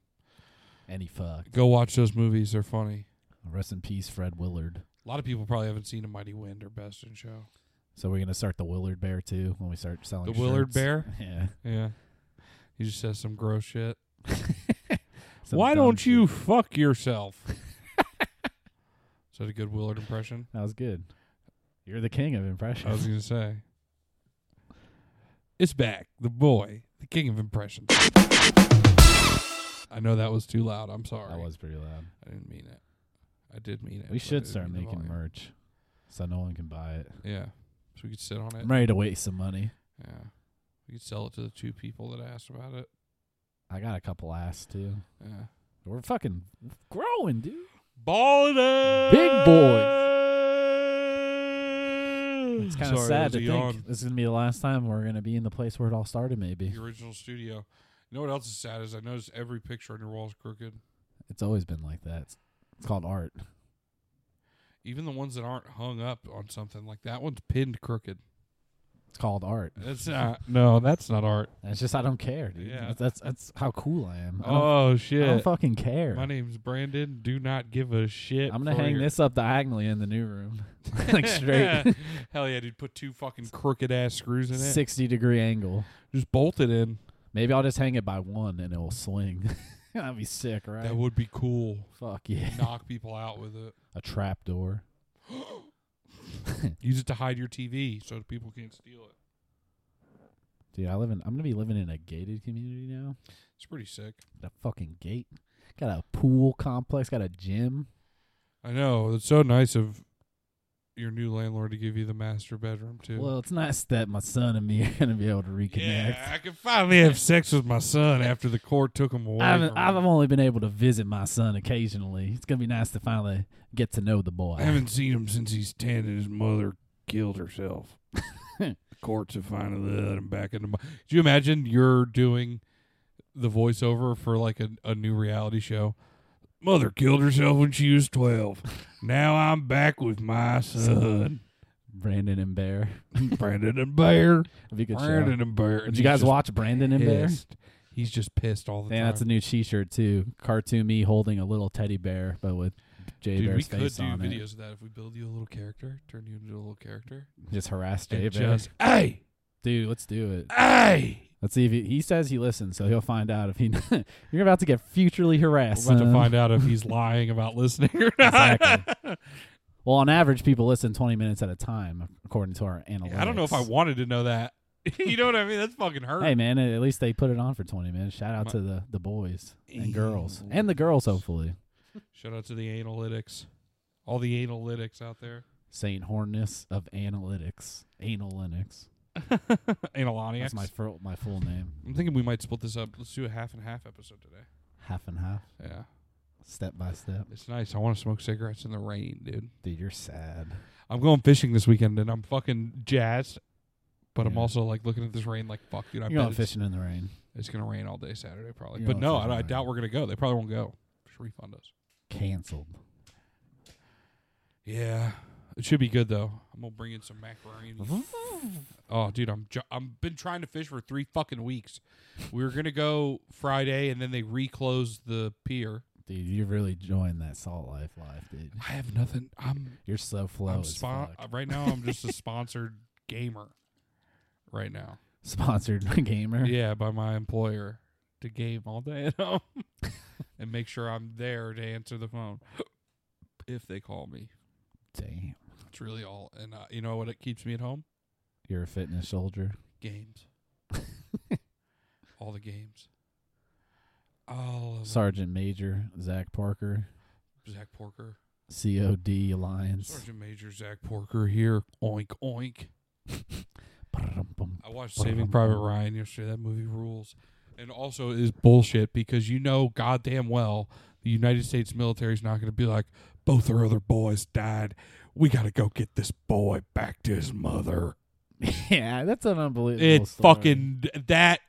Speaker 2: And he fucked.
Speaker 1: Go watch those movies. They're funny.
Speaker 2: Rest in peace, Fred Willard.
Speaker 1: A lot of people probably haven't seen A Mighty Wind or Best in Show.
Speaker 2: So we're gonna start the Willard bear too when we start selling
Speaker 1: The Willard
Speaker 2: shirts?
Speaker 1: Bear?
Speaker 2: Yeah.
Speaker 1: Yeah. He just says some gross shit.
Speaker 2: Some
Speaker 1: Why
Speaker 2: dumb
Speaker 1: don't you
Speaker 2: shit.
Speaker 1: fuck yourself? Is that a good Willard impression?
Speaker 2: That was good. You're the king of impressions.
Speaker 1: I was going to say. It's back. The boy, the king of impressions. I know that was too loud. I'm sorry.
Speaker 2: That was pretty loud.
Speaker 1: I didn't mean it. I did mean it. but
Speaker 2: We
Speaker 1: I
Speaker 2: should
Speaker 1: didn't
Speaker 2: start
Speaker 1: mean the
Speaker 2: making
Speaker 1: volume.
Speaker 2: merch so no one can buy it.
Speaker 1: Yeah. So we could sit on it.
Speaker 2: I'm ready to waste some money.
Speaker 1: Yeah. We could sell it to the two people that asked about it.
Speaker 2: I got a couple ass too.
Speaker 1: Yeah.
Speaker 2: We're fucking growing, dude.
Speaker 1: Ballin'
Speaker 2: Big
Speaker 1: boy.
Speaker 2: It's kind of sad to think this is gonna be the last time we're gonna be in the place where it all started. Maybe
Speaker 1: The original studio. You know what else is sad is I noticed every picture on your wall is crooked.
Speaker 2: it's always been like that. It's, it's called art.
Speaker 1: Even the ones that aren't hung up on something like that one's pinned crooked.
Speaker 2: It's called art.
Speaker 1: That's not. No, that's not art.
Speaker 2: That's just I don't care, dude.
Speaker 1: Yeah.
Speaker 2: That's that's how cool I am. I don't,
Speaker 1: Oh
Speaker 2: I don't
Speaker 1: shit!
Speaker 2: fucking care.
Speaker 1: My name's Brandon. Do not give a shit.
Speaker 2: I'm gonna
Speaker 1: for
Speaker 2: hang
Speaker 1: your-
Speaker 2: this up diagonally in the new room, like straight
Speaker 1: Hell yeah, dude! Put two fucking crooked ass screws in it.
Speaker 2: sixty degree angle.
Speaker 1: Just bolt it in.
Speaker 2: Maybe I'll just hang it by one and it will swing. That'd be sick, right?
Speaker 1: That would be cool.
Speaker 2: Fuck yeah.
Speaker 1: Knock people out with it.
Speaker 2: A trap door.
Speaker 1: Use it to hide your TV so that people can't steal it.
Speaker 2: Dude, I live in I'm gonna be living in a gated community now.
Speaker 1: It's pretty sick.
Speaker 2: Got a fucking gate. Got a pool complex, got a gym.
Speaker 1: I know. It's so nice of your new landlord to give you the master bedroom too.
Speaker 2: Well, it's nice that my son and me are gonna be able to reconnect.
Speaker 1: yeah, I can finally have sex with my son after the court took him away.
Speaker 2: I've,
Speaker 1: from
Speaker 2: I've
Speaker 1: me.
Speaker 2: only been able to visit my son occasionally. It's gonna be nice to finally get to know the boy.
Speaker 1: I haven't seen him since he's ten, and his mother killed herself. the courts have finally let him back into. My- Do you imagine you're doing the voiceover for like a, a new reality show? Mother killed herself when she was twelve. now I'm back with my son,
Speaker 2: Brandon and Bear.
Speaker 1: Brandon and Bear.
Speaker 2: It'd be a good show.
Speaker 1: Brandon and Bear.
Speaker 2: Did you guys watch Brandon and Bear?
Speaker 1: Bear? He's just pissed all the
Speaker 2: Damn,
Speaker 1: time.
Speaker 2: that's a new T-shirt too. Cartoon me holding a little teddy bear, but with Jay
Speaker 1: Dude, we
Speaker 2: Bear's
Speaker 1: could
Speaker 2: face
Speaker 1: do
Speaker 2: on
Speaker 1: videos of that if we build you a little character, turn you into a little character.
Speaker 2: it. Just harass Jay
Speaker 1: and
Speaker 2: Bear.
Speaker 1: just, hey,
Speaker 2: Dude, let's do it.
Speaker 1: hey.
Speaker 2: Let's see if he, he says he listens, so he'll find out if he. you're about to get futurely harassed.
Speaker 1: We're about to
Speaker 2: son.
Speaker 1: find out if he's lying about listening or not.
Speaker 2: Exactly. Well, on average, people listen 20 minutes at a time, according to our analytics.
Speaker 1: I don't know if I wanted to know that. you know what I mean? That's fucking hurt.
Speaker 2: Hey man, at least they put it on for 20 minutes. Shout out
Speaker 1: My-
Speaker 2: to the the boys and
Speaker 1: Ew.
Speaker 2: girls and the girls, hopefully.
Speaker 1: Shout out to the analytics. All the analytics out there.
Speaker 2: Saint Hornness of Analytics, Analytics.
Speaker 1: Analoniacs.
Speaker 2: That's my full my full name.
Speaker 1: I'm thinking we might split this up. Let's do a half and half episode today.
Speaker 2: Half and half,
Speaker 1: Yeah.
Speaker 2: step by step.
Speaker 1: It's nice. I want to smoke cigarettes in the rain, dude.
Speaker 2: Dude, you're sad.
Speaker 1: I'm going fishing this weekend and I'm fucking jazzed. But I'm
Speaker 2: Yeah.
Speaker 1: also like looking at this rain like fuck, dude. I
Speaker 2: You're
Speaker 1: bet
Speaker 2: going
Speaker 1: it's-
Speaker 2: fishing in the rain.
Speaker 1: It's gonna rain all day Saturday probably.
Speaker 2: You're
Speaker 1: but
Speaker 2: on
Speaker 1: no,
Speaker 2: fishing
Speaker 1: I, I
Speaker 2: right
Speaker 1: doubt
Speaker 2: now.
Speaker 1: we're gonna go. They probably won't go. Just refund us.
Speaker 2: Cancelled.
Speaker 1: Yeah, it should be good though. I'm gonna bring in some macaroni. oh, dude, I'm ju- I'm been trying to fish for three fucking weeks. We were gonna go Friday and then they reclosed the pier.
Speaker 2: Dude, you really joined that salt life life, dude.
Speaker 1: I have nothing. I'm
Speaker 2: You're so flow
Speaker 1: I'm
Speaker 2: as
Speaker 1: spon-
Speaker 2: fuck.
Speaker 1: right now. I'm just a sponsored gamer. Right now,
Speaker 2: Sponsored gamer.
Speaker 1: yeah, by my employer to game all day at home and make sure I'm there to answer the phone if they call me.
Speaker 2: Damn.
Speaker 1: That's really all. And uh, you know what? It keeps me at home.
Speaker 2: You're a fitness soldier.
Speaker 1: games. All the games. All of
Speaker 2: Sergeant Major Zach Parker,
Speaker 1: them. Zach Porker.
Speaker 2: COD Alliance.
Speaker 1: Sergeant Major Zach Porker here. Oink oink. I watched Saving Private Ryan yesterday. That movie rules. And also is bullshit because you know goddamn well the United States military is not going to be like both our other boys died. We got to go get this boy back to his mother.
Speaker 2: yeah, that's an unbelievable.
Speaker 1: It
Speaker 2: story.
Speaker 1: fucking that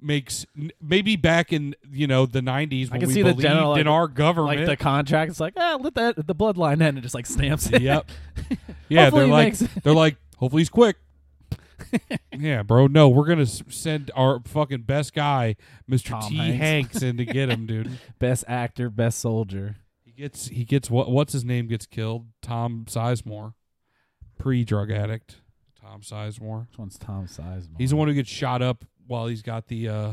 Speaker 1: makes maybe back in you know the 90s
Speaker 2: I
Speaker 1: when
Speaker 2: can
Speaker 1: we
Speaker 2: see the
Speaker 1: believed
Speaker 2: general, like-
Speaker 1: in our
Speaker 2: like
Speaker 1: government
Speaker 2: the contract. It's like ah, let that the bloodline end and just like stamps it.
Speaker 1: Yep. yeah
Speaker 2: Hopefully
Speaker 1: they're
Speaker 2: he
Speaker 1: like
Speaker 2: makes it.
Speaker 1: they're like hopefully he's quick yeah bro no we're gonna s- send our fucking best guy mr
Speaker 2: Tom
Speaker 1: t hanks.
Speaker 2: Hanks.
Speaker 1: in to get him dude
Speaker 2: best actor, best soldier.
Speaker 1: he gets he gets what what's his name gets killed tom sizemore pre-drug addict tom sizemore
Speaker 2: Which one's Tom Sizemore?
Speaker 1: He's the one who gets shot up while he's got the uh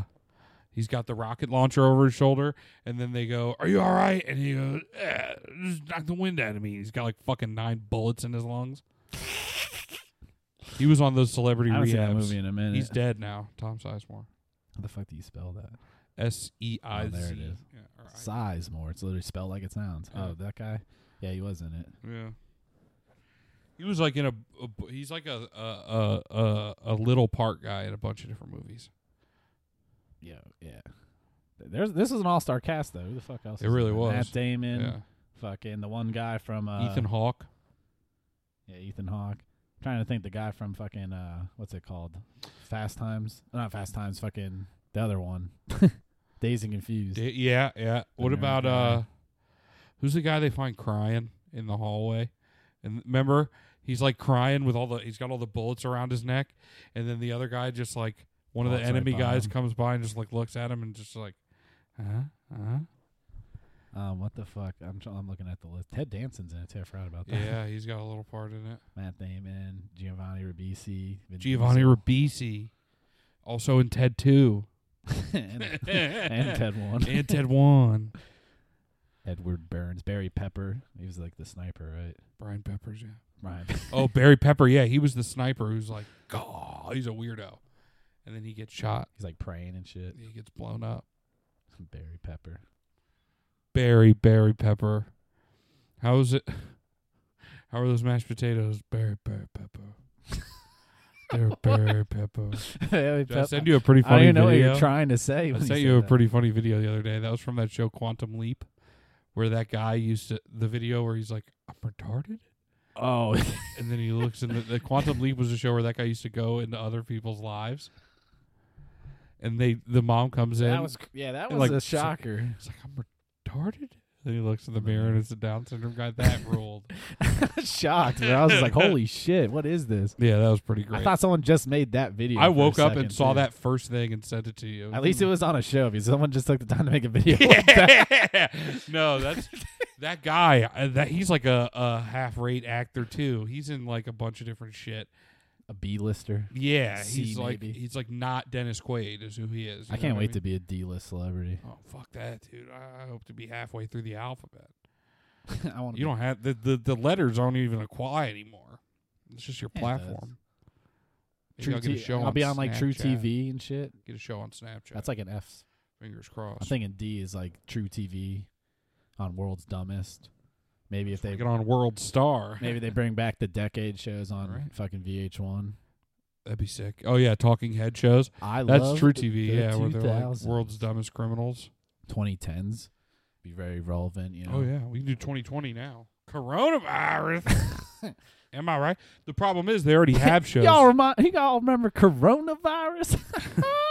Speaker 1: he's got the rocket launcher over his shoulder, and then they go, "Are you all right?" And he goes, "Yeah, "Just knocked the wind out of me." He's got like fucking nine bullets in his lungs. He was on those
Speaker 2: I
Speaker 1: celebrity
Speaker 2: haven't seen that
Speaker 1: rehabs.
Speaker 2: movie in a minute.
Speaker 1: He's dead now. Tom Sizemore.
Speaker 2: How the fuck do you spell that?
Speaker 1: S E I Z.
Speaker 2: Oh, there it is.
Speaker 1: Yeah, all right.
Speaker 2: Sizemore. It's literally spelled like it sounds.
Speaker 1: Yeah.
Speaker 2: Oh, that guy. Yeah, he was in it.
Speaker 1: Yeah. He was like in a, a- he's like a a, a a a little part guy in a bunch of different movies.
Speaker 2: Yeah, yeah. There's this was an all star cast though. Who the fuck else?
Speaker 1: It
Speaker 2: is in
Speaker 1: really was.
Speaker 2: Matt Damon.
Speaker 1: yeah.
Speaker 2: Fucking the one guy from uh,
Speaker 1: Ethan Hawke.
Speaker 2: Yeah, Ethan Hawke. trying to think the guy from fucking uh what's it called? Fast Times. Not Fast Times, fucking the other one. Dazed and Confused.
Speaker 1: Da- yeah, yeah. What
Speaker 2: American
Speaker 1: about
Speaker 2: Idol.
Speaker 1: uh who's the guy they find crying in the hallway? And remember, he's like crying with all the he's got all the bullets around his neck and then the other guy just like one of the
Speaker 2: Walks right
Speaker 1: enemy
Speaker 2: by
Speaker 1: guys
Speaker 2: him.
Speaker 1: comes by and just like looks at him and just like huh? Huh?
Speaker 2: Um what the fuck? I'm tr- I'm looking at the list. Ted Danson's in it. too. I forgot about that.
Speaker 1: Yeah, he's got a little part in it.
Speaker 2: Matt Damon, Giovanni Ribisi, Vin
Speaker 1: Giovanni
Speaker 2: Diesel,
Speaker 1: Ribisi also in Ted 2
Speaker 2: and, and Ted One.
Speaker 1: and Ted 1.
Speaker 2: Edward Burns, Barry Pepper. He was like the sniper, right?
Speaker 1: Brian Peppers, yeah.
Speaker 2: Right.
Speaker 1: Oh, Barry Pepper, yeah, he was the sniper who's like, "Gah," he's a weirdo. And then he gets shot.
Speaker 2: He's like praying and shit.
Speaker 1: He gets blown up.
Speaker 2: Barry Pepper.
Speaker 1: Barry, Barry Pepper. How is it? How are those mashed potatoes? Berry, berry, pepper. They're berry, pepper.
Speaker 2: Hey,
Speaker 1: Did I
Speaker 2: Pep,
Speaker 1: send you a pretty
Speaker 2: I don't
Speaker 1: funny
Speaker 2: even know what
Speaker 1: video?
Speaker 2: you're trying to say.
Speaker 1: I
Speaker 2: when
Speaker 1: sent
Speaker 2: you
Speaker 1: you a
Speaker 2: said that.
Speaker 1: pretty funny video the other day. That was from that show Quantum Leap, where that guy used to, the video where he's like, "I'm retarded,"
Speaker 2: Oh,
Speaker 1: and then he looks in the, the Quantum Leap was a show where that guy used to go into other people's lives, and they the mom comes in.
Speaker 2: that was yeah, that
Speaker 1: and,
Speaker 2: was
Speaker 1: like,
Speaker 2: a
Speaker 1: so-
Speaker 2: shocker.
Speaker 1: It's like I'm retarded. Then he looks in the mirror and it's a Down syndrome guy. That ruled.
Speaker 2: Shocked. bro. I was just like, holy shit, what is this?
Speaker 1: Yeah, that was pretty great.
Speaker 2: I thought someone just made that video.
Speaker 1: I
Speaker 2: for a
Speaker 1: woke up and
Speaker 2: second,
Speaker 1: saw
Speaker 2: too.
Speaker 1: that first thing and sent it to you.
Speaker 2: At least it was on a show because someone just took the time to make a video.
Speaker 1: yeah. no, that's that guy. uh, That he's like a, a half rate actor too. He's in like a bunch of different shit.
Speaker 2: A B lister.
Speaker 1: Yeah,
Speaker 2: C,
Speaker 1: he's like
Speaker 2: maybe.
Speaker 1: he's like not Dennis Quaid is who he is.
Speaker 2: I can't wait to be a D list celebrity.
Speaker 1: to. Oh fuck that, dude! I I hope to be halfway through the alphabet.
Speaker 2: I want
Speaker 1: You don't have the the, the letters aren't even a quad anymore. It's just your
Speaker 2: Yeah, it does.
Speaker 1: platform. Maybe
Speaker 2: True
Speaker 1: I'll get a
Speaker 2: T-
Speaker 1: show
Speaker 2: I'll be on like True
Speaker 1: Snapchat.
Speaker 2: TV and shit.
Speaker 1: Get a show on Snapchat.
Speaker 2: That's like an F.
Speaker 1: fingers crossed.
Speaker 2: I'm thinking D is like True TV on World's Dumbest. Maybe if they
Speaker 1: get on World Star.
Speaker 2: maybe they bring back the decade shows on
Speaker 1: Right.
Speaker 2: fucking VH1.
Speaker 1: That'd be sick. Oh yeah, talking head shows.
Speaker 2: I love
Speaker 1: That's True
Speaker 2: the-
Speaker 1: TV.
Speaker 2: the
Speaker 1: yeah, where they're like
Speaker 2: 2000s.
Speaker 1: world's dumbest criminals.
Speaker 2: 2010s be very relevant. You know.
Speaker 1: Oh yeah, we can do 2020 now. Coronavirus. Am I right? The problem is they already have shows.
Speaker 2: Y'all, remind, y'all remember coronavirus?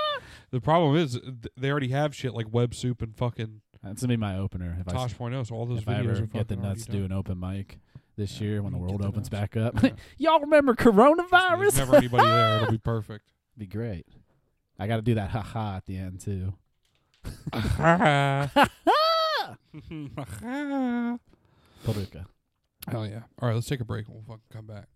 Speaker 1: the problem is th- they already have shit like Web Soup and fucking
Speaker 2: That's gonna be my opener. If I
Speaker 1: Tosh Point oh, So all those
Speaker 2: if I
Speaker 1: videos
Speaker 2: ever
Speaker 1: are
Speaker 2: get the
Speaker 1: fucking already
Speaker 2: nuts to do
Speaker 1: done.
Speaker 2: an open mic this
Speaker 1: Yeah,
Speaker 2: year when
Speaker 1: we can
Speaker 2: the
Speaker 1: get
Speaker 2: world
Speaker 1: the
Speaker 2: opens
Speaker 1: nuts.
Speaker 2: back up,
Speaker 1: Yeah.
Speaker 2: y'all remember
Speaker 1: There's
Speaker 2: coronavirus?
Speaker 1: never anybody there. It'll be perfect.
Speaker 2: be great. I got to do that ha ha at the end too.
Speaker 1: Hell yeah!
Speaker 2: Paducah.
Speaker 1: All right, let's take a break and we'll fucking come back.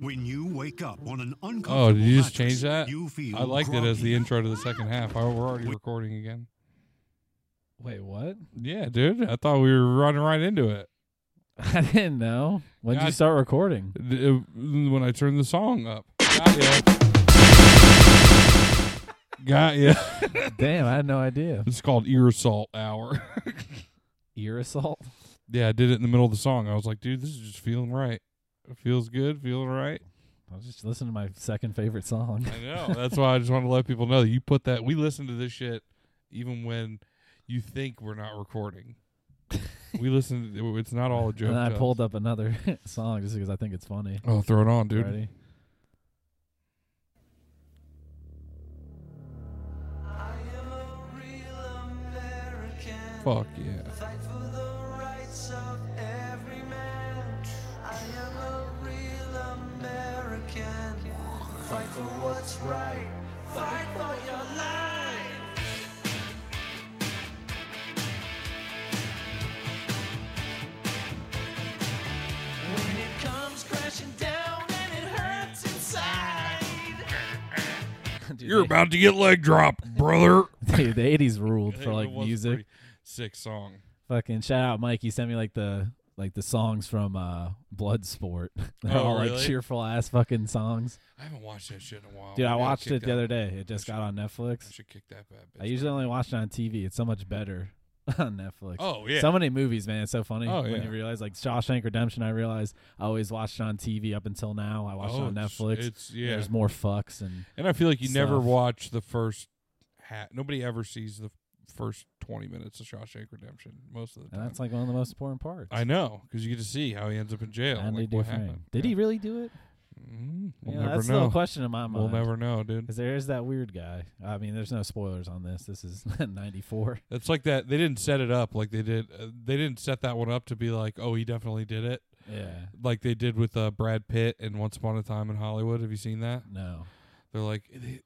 Speaker 3: When you wake up on an uncomfortable
Speaker 1: Oh, did you just
Speaker 3: mattress,
Speaker 1: change that?
Speaker 3: You feel
Speaker 1: I liked it as
Speaker 3: groggy.
Speaker 1: the intro to the second half. Oh, we're already recording again.
Speaker 2: Wait, what?
Speaker 1: Yeah, dude. I thought we were running right into it.
Speaker 2: I didn't know. When did you
Speaker 1: God.
Speaker 2: start recording?
Speaker 1: D- uh, When I turned the song up. Got ya. Got ya.
Speaker 2: Damn, I had no idea.
Speaker 1: It's called Ear Assault Hour.
Speaker 2: Ear assault.
Speaker 1: yeah, I did it in the middle of the song. I was like, dude, this is just feeling right. It feels good, feeling right.
Speaker 2: I was just listening to my second favorite song.
Speaker 1: I know. That's why I just want to let people know that you put that. We listen to this shit even when you think we're not recording. we listen. To, it's not all a joke.
Speaker 2: and then I
Speaker 1: to us.
Speaker 2: pulled up another song just because I think it's funny.
Speaker 1: Oh, throw it on, dude.
Speaker 2: Ready?
Speaker 4: I am a real American.
Speaker 1: Fuck yeah.
Speaker 4: Fight for the rights of every man. I am a real American. Fight for what's right. Fight for your life. When it comes crashing down and it hurts inside.
Speaker 1: You're about to get leg dropped, brother.
Speaker 2: Dude, the 80s ruled for like
Speaker 1: It was a
Speaker 2: music.
Speaker 1: pretty Sick song.
Speaker 2: Fucking shout out, Mike. You sent me like the like the songs from uh Bloodsport. They're
Speaker 1: Oh,
Speaker 2: all like
Speaker 1: really? Oh,
Speaker 2: cheerful ass fucking songs.
Speaker 1: I haven't watched that shit in a while.
Speaker 2: Dude, I
Speaker 1: Maybe I'll
Speaker 2: watched
Speaker 1: kick
Speaker 2: it the
Speaker 1: that-
Speaker 2: other day. It just got on
Speaker 1: I
Speaker 2: Netflix.
Speaker 1: should kick that bad bitch.
Speaker 2: I usually only watch it on TV. It's so much better on Netflix.
Speaker 1: Oh yeah.
Speaker 2: So many movies, man. It's so funny
Speaker 1: Oh,
Speaker 2: when
Speaker 1: yeah.
Speaker 2: you realize, like Shawshank Redemption. I realized I always watched it on TV up until now. I watched it
Speaker 1: Oh,
Speaker 2: on
Speaker 1: it's-
Speaker 2: Netflix.
Speaker 1: It's yeah.
Speaker 2: There's more fucks and
Speaker 1: and I feel like you never
Speaker 2: stuff.
Speaker 1: watch the first hat. Nobody ever sees the first 20 minutes of Shawshank Redemption most of the
Speaker 2: and
Speaker 1: time.
Speaker 2: that's like one of the most important parts.
Speaker 1: I know because you get to see how he ends up in jail.
Speaker 2: Andy
Speaker 1: like, what
Speaker 2: Dufresne.
Speaker 1: happened?
Speaker 2: Did he really do it?
Speaker 1: Mm, we'll
Speaker 2: yeah,
Speaker 1: never
Speaker 2: that's the
Speaker 1: know.
Speaker 2: question in my mind.
Speaker 1: We'll never know, dude.
Speaker 2: Because there is that weird guy. I mean, there's no spoilers on this. This is 94.
Speaker 1: It's like that. They didn't set it up like they did. Uh, they didn't set that one up to be like, oh, he definitely did it.
Speaker 2: Yeah.
Speaker 1: like they did with uh, Brad Pitt and Once Upon a Time in Hollywood. Have you seen that?
Speaker 2: No.
Speaker 1: They're like, "It- it-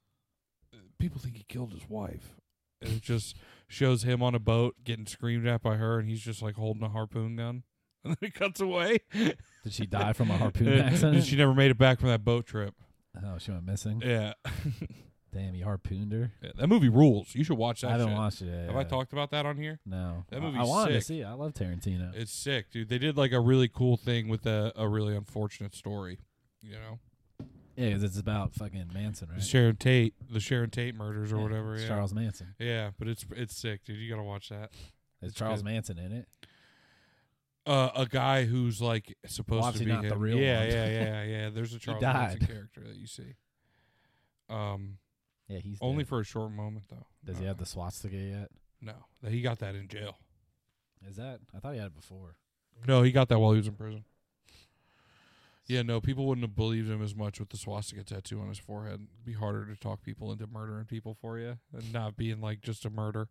Speaker 1: people think he killed his wife. And it just shows him on a boat getting screamed at by her, and he's just like holding a harpoon gun. And then he cuts away.
Speaker 2: Did she die from a harpoon
Speaker 1: And
Speaker 2: accident?
Speaker 1: she never made it back from that boat trip.
Speaker 2: oh, she went missing.
Speaker 1: Yeah.
Speaker 2: Damn, you harpooned her.
Speaker 1: Yeah, that movie rules. You should watch that
Speaker 2: I haven't
Speaker 1: shit.
Speaker 2: watched it. Yet,
Speaker 1: Have I
Speaker 2: yeah.
Speaker 1: talked about that on here?
Speaker 2: No.
Speaker 1: That
Speaker 2: I-
Speaker 1: movie's
Speaker 2: I wanted
Speaker 1: sick.
Speaker 2: to see. It. I love Tarantino.
Speaker 1: It's sick, dude. They did like a really cool thing with a, a really unfortunate story. You know,
Speaker 2: yeah, 'cause it's about fucking Manson,
Speaker 1: the
Speaker 2: right?
Speaker 1: Sharon Tate, the Sharon Tate murders or
Speaker 2: Yeah,
Speaker 1: whatever.
Speaker 2: it's
Speaker 1: Yeah.
Speaker 2: Charles Manson.
Speaker 1: yeah, but it's it's sick, dude. You gotta watch that.
Speaker 2: Is
Speaker 1: It's
Speaker 2: Charles
Speaker 1: good.
Speaker 2: Manson in it?
Speaker 1: Uh, a guy who's like supposed
Speaker 2: obviously
Speaker 1: to be
Speaker 2: not the
Speaker 1: him.
Speaker 2: real
Speaker 1: yeah,
Speaker 2: one.
Speaker 1: yeah, yeah, yeah. There's a Charles Manson
Speaker 2: died.
Speaker 1: character that you see. Um,
Speaker 2: Yeah, he's
Speaker 1: only
Speaker 2: dead.
Speaker 1: for a short moment though.
Speaker 2: Does he
Speaker 1: No.
Speaker 2: have the swastika yet?
Speaker 1: No, he got that in jail.
Speaker 2: Is that? I thought he had it before.
Speaker 1: No, he got that while he was in prison. Yeah, no, people wouldn't have believed him as much with the swastika tattoo on his forehead. It'd be harder to talk people into murdering people for you and not being like just a murder.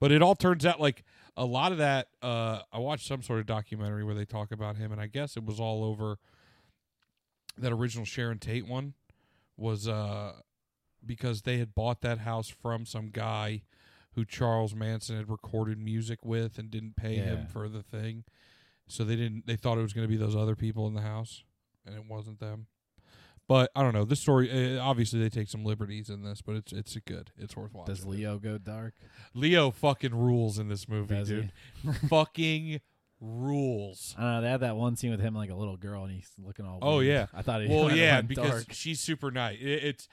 Speaker 1: But it all turns out like a lot of that. Uh, I watched some sort of documentary where they talk about him, and I guess it was all over. That original Sharon Tate one was uh, because they had bought that house from some guy who Charles Manson had recorded music with and didn't pay him
Speaker 2: Yeah.
Speaker 1: for the thing. So they didn't. They thought it was going to be those other people in the house, and it wasn't them. But I don't know. This story uh, obviously they take some liberties in this, but it's it's good. It's worth watching.
Speaker 2: Does Leo go dark?
Speaker 1: Leo fucking rules in this movie,
Speaker 2: Does he?
Speaker 1: dude. fucking rules.
Speaker 2: I don't know. They had that one scene with him like a little girl, and he's looking all.
Speaker 1: Oh,
Speaker 2: weird.
Speaker 1: yeah.
Speaker 2: I thought he.
Speaker 1: Well,
Speaker 2: went
Speaker 1: yeah,
Speaker 2: dark.
Speaker 1: because she's super nice. It, it's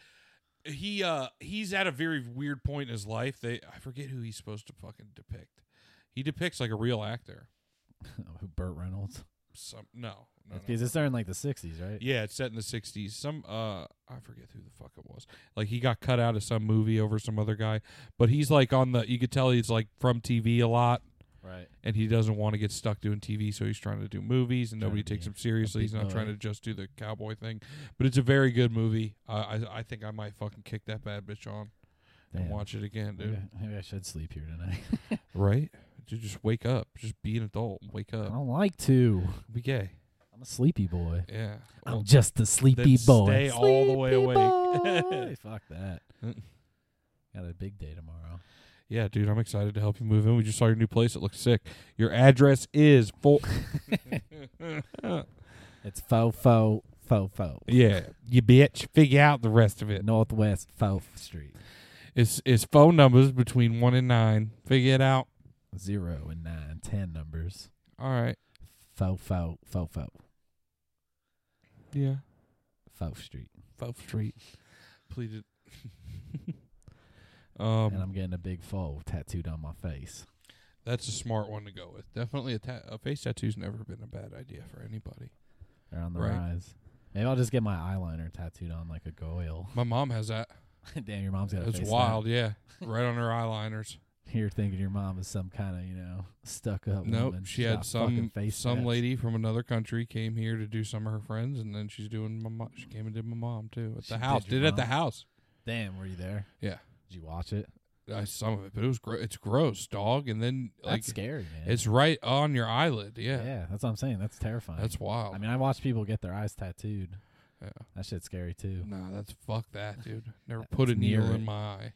Speaker 1: he uh he's at a very weird point in his life. They I forget who he's supposed to fucking depict. He depicts like a real actor.
Speaker 2: Burt Reynolds.
Speaker 1: Some no, no, no.
Speaker 2: Because it's during like the '60s, right?
Speaker 1: Yeah, it's set in the '60s. Some uh, I forget who the fuck it was. Like he got cut out of some movie over some other guy, but he's like on the. You could tell he's like from TV a lot,
Speaker 2: Right.
Speaker 1: and he doesn't want to get stuck doing TV, so he's trying to do movies, and
Speaker 2: Trying
Speaker 1: nobody
Speaker 2: to be
Speaker 1: takes
Speaker 2: a-
Speaker 1: him seriously.
Speaker 2: big
Speaker 1: He's not
Speaker 2: boy.
Speaker 1: trying to just do the cowboy thing, but it's a very good movie. I I, I think I might fucking kick that bad bitch on
Speaker 2: Damn.
Speaker 1: and watch it again, dude.
Speaker 2: Maybe, I- maybe I should sleep here tonight.
Speaker 1: Right? Dude, just wake up. Just be an adult. Wake
Speaker 2: I
Speaker 1: up.
Speaker 2: don't like to.
Speaker 1: Be gay.
Speaker 2: I'm a sleepy boy.
Speaker 1: Yeah.
Speaker 2: I'm just a sleepy
Speaker 1: then
Speaker 2: boy.
Speaker 1: stay all the way
Speaker 2: Sleepy
Speaker 1: awake.
Speaker 2: boy. Fuck that.
Speaker 1: Mm.
Speaker 2: Got a big day tomorrow.
Speaker 1: Yeah, dude, I'm excited to help you move in. We just saw your new place. It looks sick. Your address is full.
Speaker 2: It's fo fo fo fo.
Speaker 1: yeah, you bitch. Figure out the rest of it.
Speaker 2: Northwest Fourth Street.
Speaker 1: It's it's phone numbers between one and nine. Figure it out.
Speaker 2: Zero and nine, ten numbers.
Speaker 1: All right.
Speaker 2: Fo fo fo fo
Speaker 1: Yeah.
Speaker 2: Fourth Street.
Speaker 1: Fourth Street. Pleaded. um,
Speaker 2: and I'm getting a big fo tattooed on my face.
Speaker 1: that's a smart one to go with. Definitely a, ta- a face tattoo's never been a bad idea for anybody.
Speaker 2: They're on the
Speaker 1: Right.
Speaker 2: rise. Maybe I'll just get my eyeliner tattooed on like a goyle.
Speaker 1: My mom has that.
Speaker 2: Damn, your mom's got a
Speaker 1: It's
Speaker 2: face
Speaker 1: wild. Yeah, right on her eyeliners.
Speaker 2: tattoo. You're thinking your mom is some kind of you know stuck up
Speaker 1: Nope,
Speaker 2: woman.
Speaker 1: she
Speaker 2: She's
Speaker 1: had
Speaker 2: got fucking
Speaker 1: some
Speaker 2: face
Speaker 1: some
Speaker 2: tats.
Speaker 1: lady from another country came here to do some of her friends, and then she's doing my mom. She came and did my mom too at
Speaker 2: She
Speaker 1: the
Speaker 2: did
Speaker 1: house.
Speaker 2: your
Speaker 1: Did, it at the
Speaker 2: mom?
Speaker 1: house.
Speaker 2: Damn, were you there?
Speaker 1: Yeah,
Speaker 2: Did you watch it?
Speaker 1: I, some of it, but it was gro- it's gross, dog. And then like
Speaker 2: that's scary, man.
Speaker 1: it's right on your eyelid.
Speaker 2: yeah.
Speaker 1: Yeah,
Speaker 2: that's what I'm saying. That's terrifying.
Speaker 1: that's wild.
Speaker 2: I mean, I watch people get their eyes tattooed.
Speaker 1: Yeah.
Speaker 2: That shit's scary too.
Speaker 1: nah, that's fuck that, dude. Never
Speaker 2: That's
Speaker 1: put a needle
Speaker 2: near
Speaker 1: in
Speaker 2: it.
Speaker 1: my eye.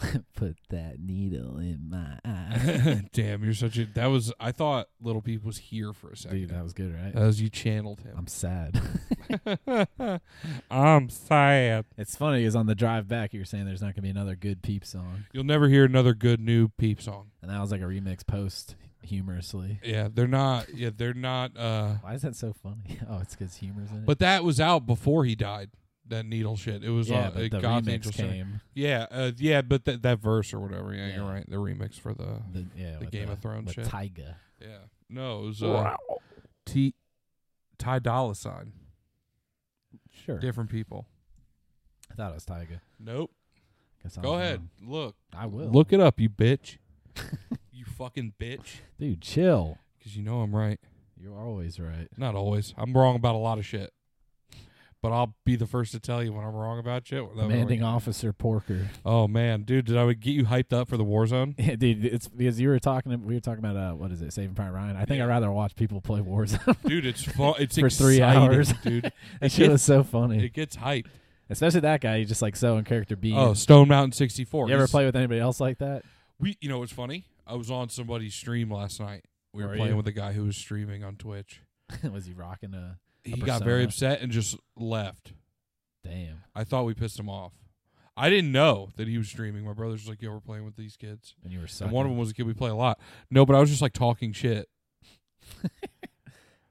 Speaker 2: Put that needle in my eye.
Speaker 1: Damn, you're such a. That was I thought Little Peep was here for a second.
Speaker 2: Dude, that was good, right?
Speaker 1: that was you channeled him.
Speaker 2: I'm sad.
Speaker 1: I'm sad.
Speaker 2: it's funny because on the drive back, you were saying there's not gonna be another good peep song,
Speaker 1: You'll never hear another good new Peep song.
Speaker 2: and that was like a remix post humorously.
Speaker 1: Yeah, they're not. Yeah, they're not. uh
Speaker 2: Why is that so funny? Oh, it's because humor's in it.
Speaker 1: But that was out before he died. That needle shit. It was
Speaker 2: yeah,
Speaker 1: on
Speaker 2: but
Speaker 1: uh,
Speaker 2: the
Speaker 1: God's
Speaker 2: remix
Speaker 1: Angel Singer.
Speaker 2: came.
Speaker 1: Yeah, uh, yeah, but that that verse or whatever. Yeah, you're
Speaker 2: Yeah.
Speaker 1: right. The remix for the.
Speaker 2: The, yeah,
Speaker 1: The
Speaker 2: with
Speaker 1: Game of Thrones
Speaker 2: with
Speaker 1: shit.
Speaker 2: Tyga.
Speaker 1: Yeah. No, it was uh, T. Ty Dolla Sign.
Speaker 2: Sure.
Speaker 1: Different people.
Speaker 2: I thought it was Tyga.
Speaker 1: Nope.
Speaker 2: Guess I
Speaker 1: Go
Speaker 2: was
Speaker 1: ahead.
Speaker 2: wrong.
Speaker 1: Look.
Speaker 2: I will.
Speaker 1: Look it up, you bitch. you fucking bitch.
Speaker 2: dude, chill.
Speaker 1: Because you know I'm right.
Speaker 2: You're always right.
Speaker 1: Not always. I'm wrong about a lot of shit. But I'll be the first to tell you when I'm wrong about shit. That was
Speaker 2: Commanding
Speaker 1: wrong.
Speaker 2: officer Porker.
Speaker 1: Oh man, dude, did I would get you hyped up for the war zone?
Speaker 2: Yeah, dude, it's because you were talking. We were talking about uh, what is it, Saving Private Ryan? I think I'd rather watch people play Warzone.
Speaker 1: Dude, it's fun. It's
Speaker 2: For three
Speaker 1: exciting,
Speaker 2: hours.
Speaker 1: dude.
Speaker 2: that shit was so funny,
Speaker 1: It gets hyped.
Speaker 2: especially that guy. He's just like so in character. Being
Speaker 1: Oh, Stone Mountain sixty four.
Speaker 2: you ever play with anybody else like that?
Speaker 1: We, you know, it's funny. I was on somebody's stream last night. We were
Speaker 2: Were
Speaker 1: playing
Speaker 2: you?
Speaker 1: with a guy who was streaming on Twitch.
Speaker 2: was he rocking a
Speaker 1: He got very
Speaker 2: persona.
Speaker 1: upset and just left.
Speaker 2: damn?
Speaker 1: I thought we pissed him off. I didn't know that he was streaming. My brother's like, "Yo, we're playing with these kids."
Speaker 2: And you were
Speaker 1: And one of
Speaker 2: sucking.
Speaker 1: them was a kid we play a lot. No, but I was just like talking shit.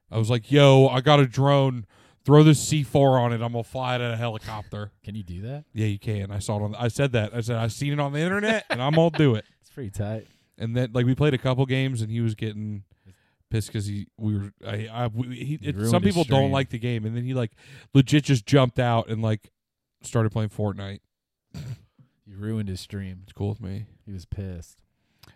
Speaker 1: I was like, "Yo, I got a drone. Throw this C four on it. I'm gonna fly it at a helicopter."
Speaker 2: Can you do that?
Speaker 1: yeah, you can. I saw it on. I said that. I said I seen it on the internet, and I'm gonna do it.
Speaker 2: It's pretty tight.
Speaker 1: And then like we played a couple games, and he was getting pissed because he we were I, I we, he
Speaker 2: You
Speaker 1: it,
Speaker 2: ruined
Speaker 1: some
Speaker 2: his
Speaker 1: people don't
Speaker 2: stream.
Speaker 1: like the game, and then he like legit just jumped out and like started playing Fortnite.
Speaker 2: You ruined his stream.
Speaker 1: It's cool with me.
Speaker 2: He was pissed.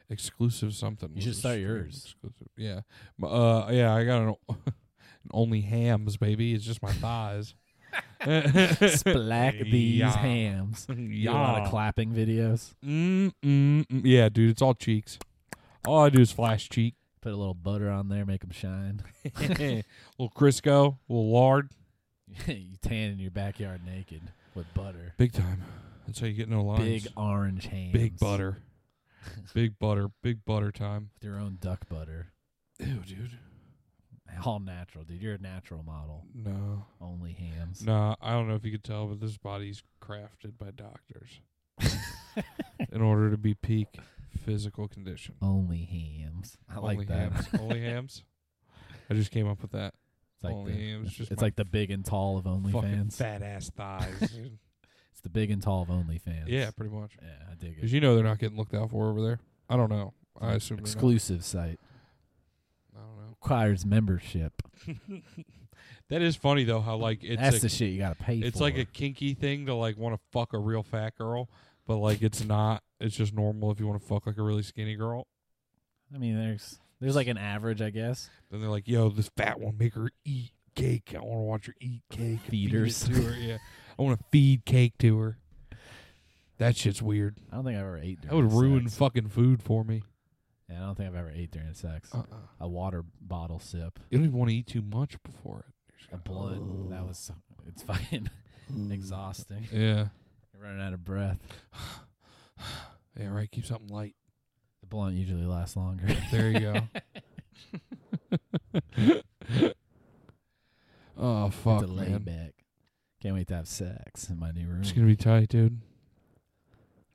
Speaker 1: exclusive something.
Speaker 2: You
Speaker 1: was
Speaker 2: should
Speaker 1: a
Speaker 2: start
Speaker 1: stream
Speaker 2: yours.
Speaker 1: Exclusive. Yeah. M- Uh, yeah, I got an, o- an only hams, baby. It's just my thighs.
Speaker 2: Splack these
Speaker 1: Yeah.
Speaker 2: hams. You do a lot
Speaker 1: yeah.
Speaker 2: of clapping videos.
Speaker 1: mm, mm, mm. yeah, dude, it's all cheeks. All I do is flash cheek.
Speaker 2: Put a little butter on there, make them shine.
Speaker 1: little Crisco, little lard.
Speaker 2: you tan in your backyard naked with butter.
Speaker 1: Big time. That's how you get no lines.
Speaker 2: Big orange hams.
Speaker 1: Big butter. Big butter. Big butter time.
Speaker 2: With your own duck butter.
Speaker 1: Ew, dude.
Speaker 2: All natural, dude. You're a natural model.
Speaker 1: No.
Speaker 2: Only hams.
Speaker 1: Nah, I don't know if you could tell, but this body's crafted by doctors in order to be peak physical condition.
Speaker 2: Only hams. I like
Speaker 1: Only
Speaker 2: that.
Speaker 1: Hams. Only hams. I just came up with that.
Speaker 2: It's like
Speaker 1: Only
Speaker 2: the,
Speaker 1: hams,
Speaker 2: it's-
Speaker 1: just
Speaker 2: it's
Speaker 1: my
Speaker 2: like the big and tall of
Speaker 1: Fucking
Speaker 2: OnlyFans.
Speaker 1: fat ass thighs. dude.
Speaker 2: It's the big and tall of OnlyFans.
Speaker 1: yeah, pretty much.
Speaker 2: Yeah, I dig
Speaker 1: Because
Speaker 2: it.
Speaker 1: you know they're not getting looked out for over there. I don't know. I assume they're not.
Speaker 2: Exclusive site.
Speaker 1: I don't know.
Speaker 2: Requires membership.
Speaker 1: That is funny though. How like it's
Speaker 2: That's
Speaker 1: a,
Speaker 2: the shit you gotta pay for.
Speaker 1: it's like a kinky thing to like want to fuck a real fat girl, but like it's not. It's just normal if you want to fuck like a really skinny girl.
Speaker 2: I mean, there's there's like an average, I guess.
Speaker 1: Then they're like, "Yo, this fat one, make her eat cake. I want to watch her eat cake. and feed it
Speaker 2: Feeders.
Speaker 1: to her. Yeah, I want to feed cake to her. That shit's weird.
Speaker 2: I don't think I've ever ate.
Speaker 1: That
Speaker 2: During
Speaker 1: would ruin
Speaker 2: Sex.
Speaker 1: fucking food for me.
Speaker 2: Yeah, I don't think I've ever ate during sex.
Speaker 1: Uh.
Speaker 2: a water bottle sip,
Speaker 1: You don't even want to eat too much before
Speaker 2: a blood.
Speaker 1: Oh.
Speaker 2: That was it's fucking
Speaker 1: Mm.
Speaker 2: exhausting.
Speaker 1: it. Yeah,
Speaker 2: You're running out of breath.
Speaker 1: yeah, right. Keep something light.
Speaker 2: The blunt usually lasts longer.
Speaker 1: There you go. oh fuck,
Speaker 2: it's a
Speaker 1: man.
Speaker 2: laid back. Can't wait to have sex in my new room.
Speaker 1: It's gonna be tight, dude.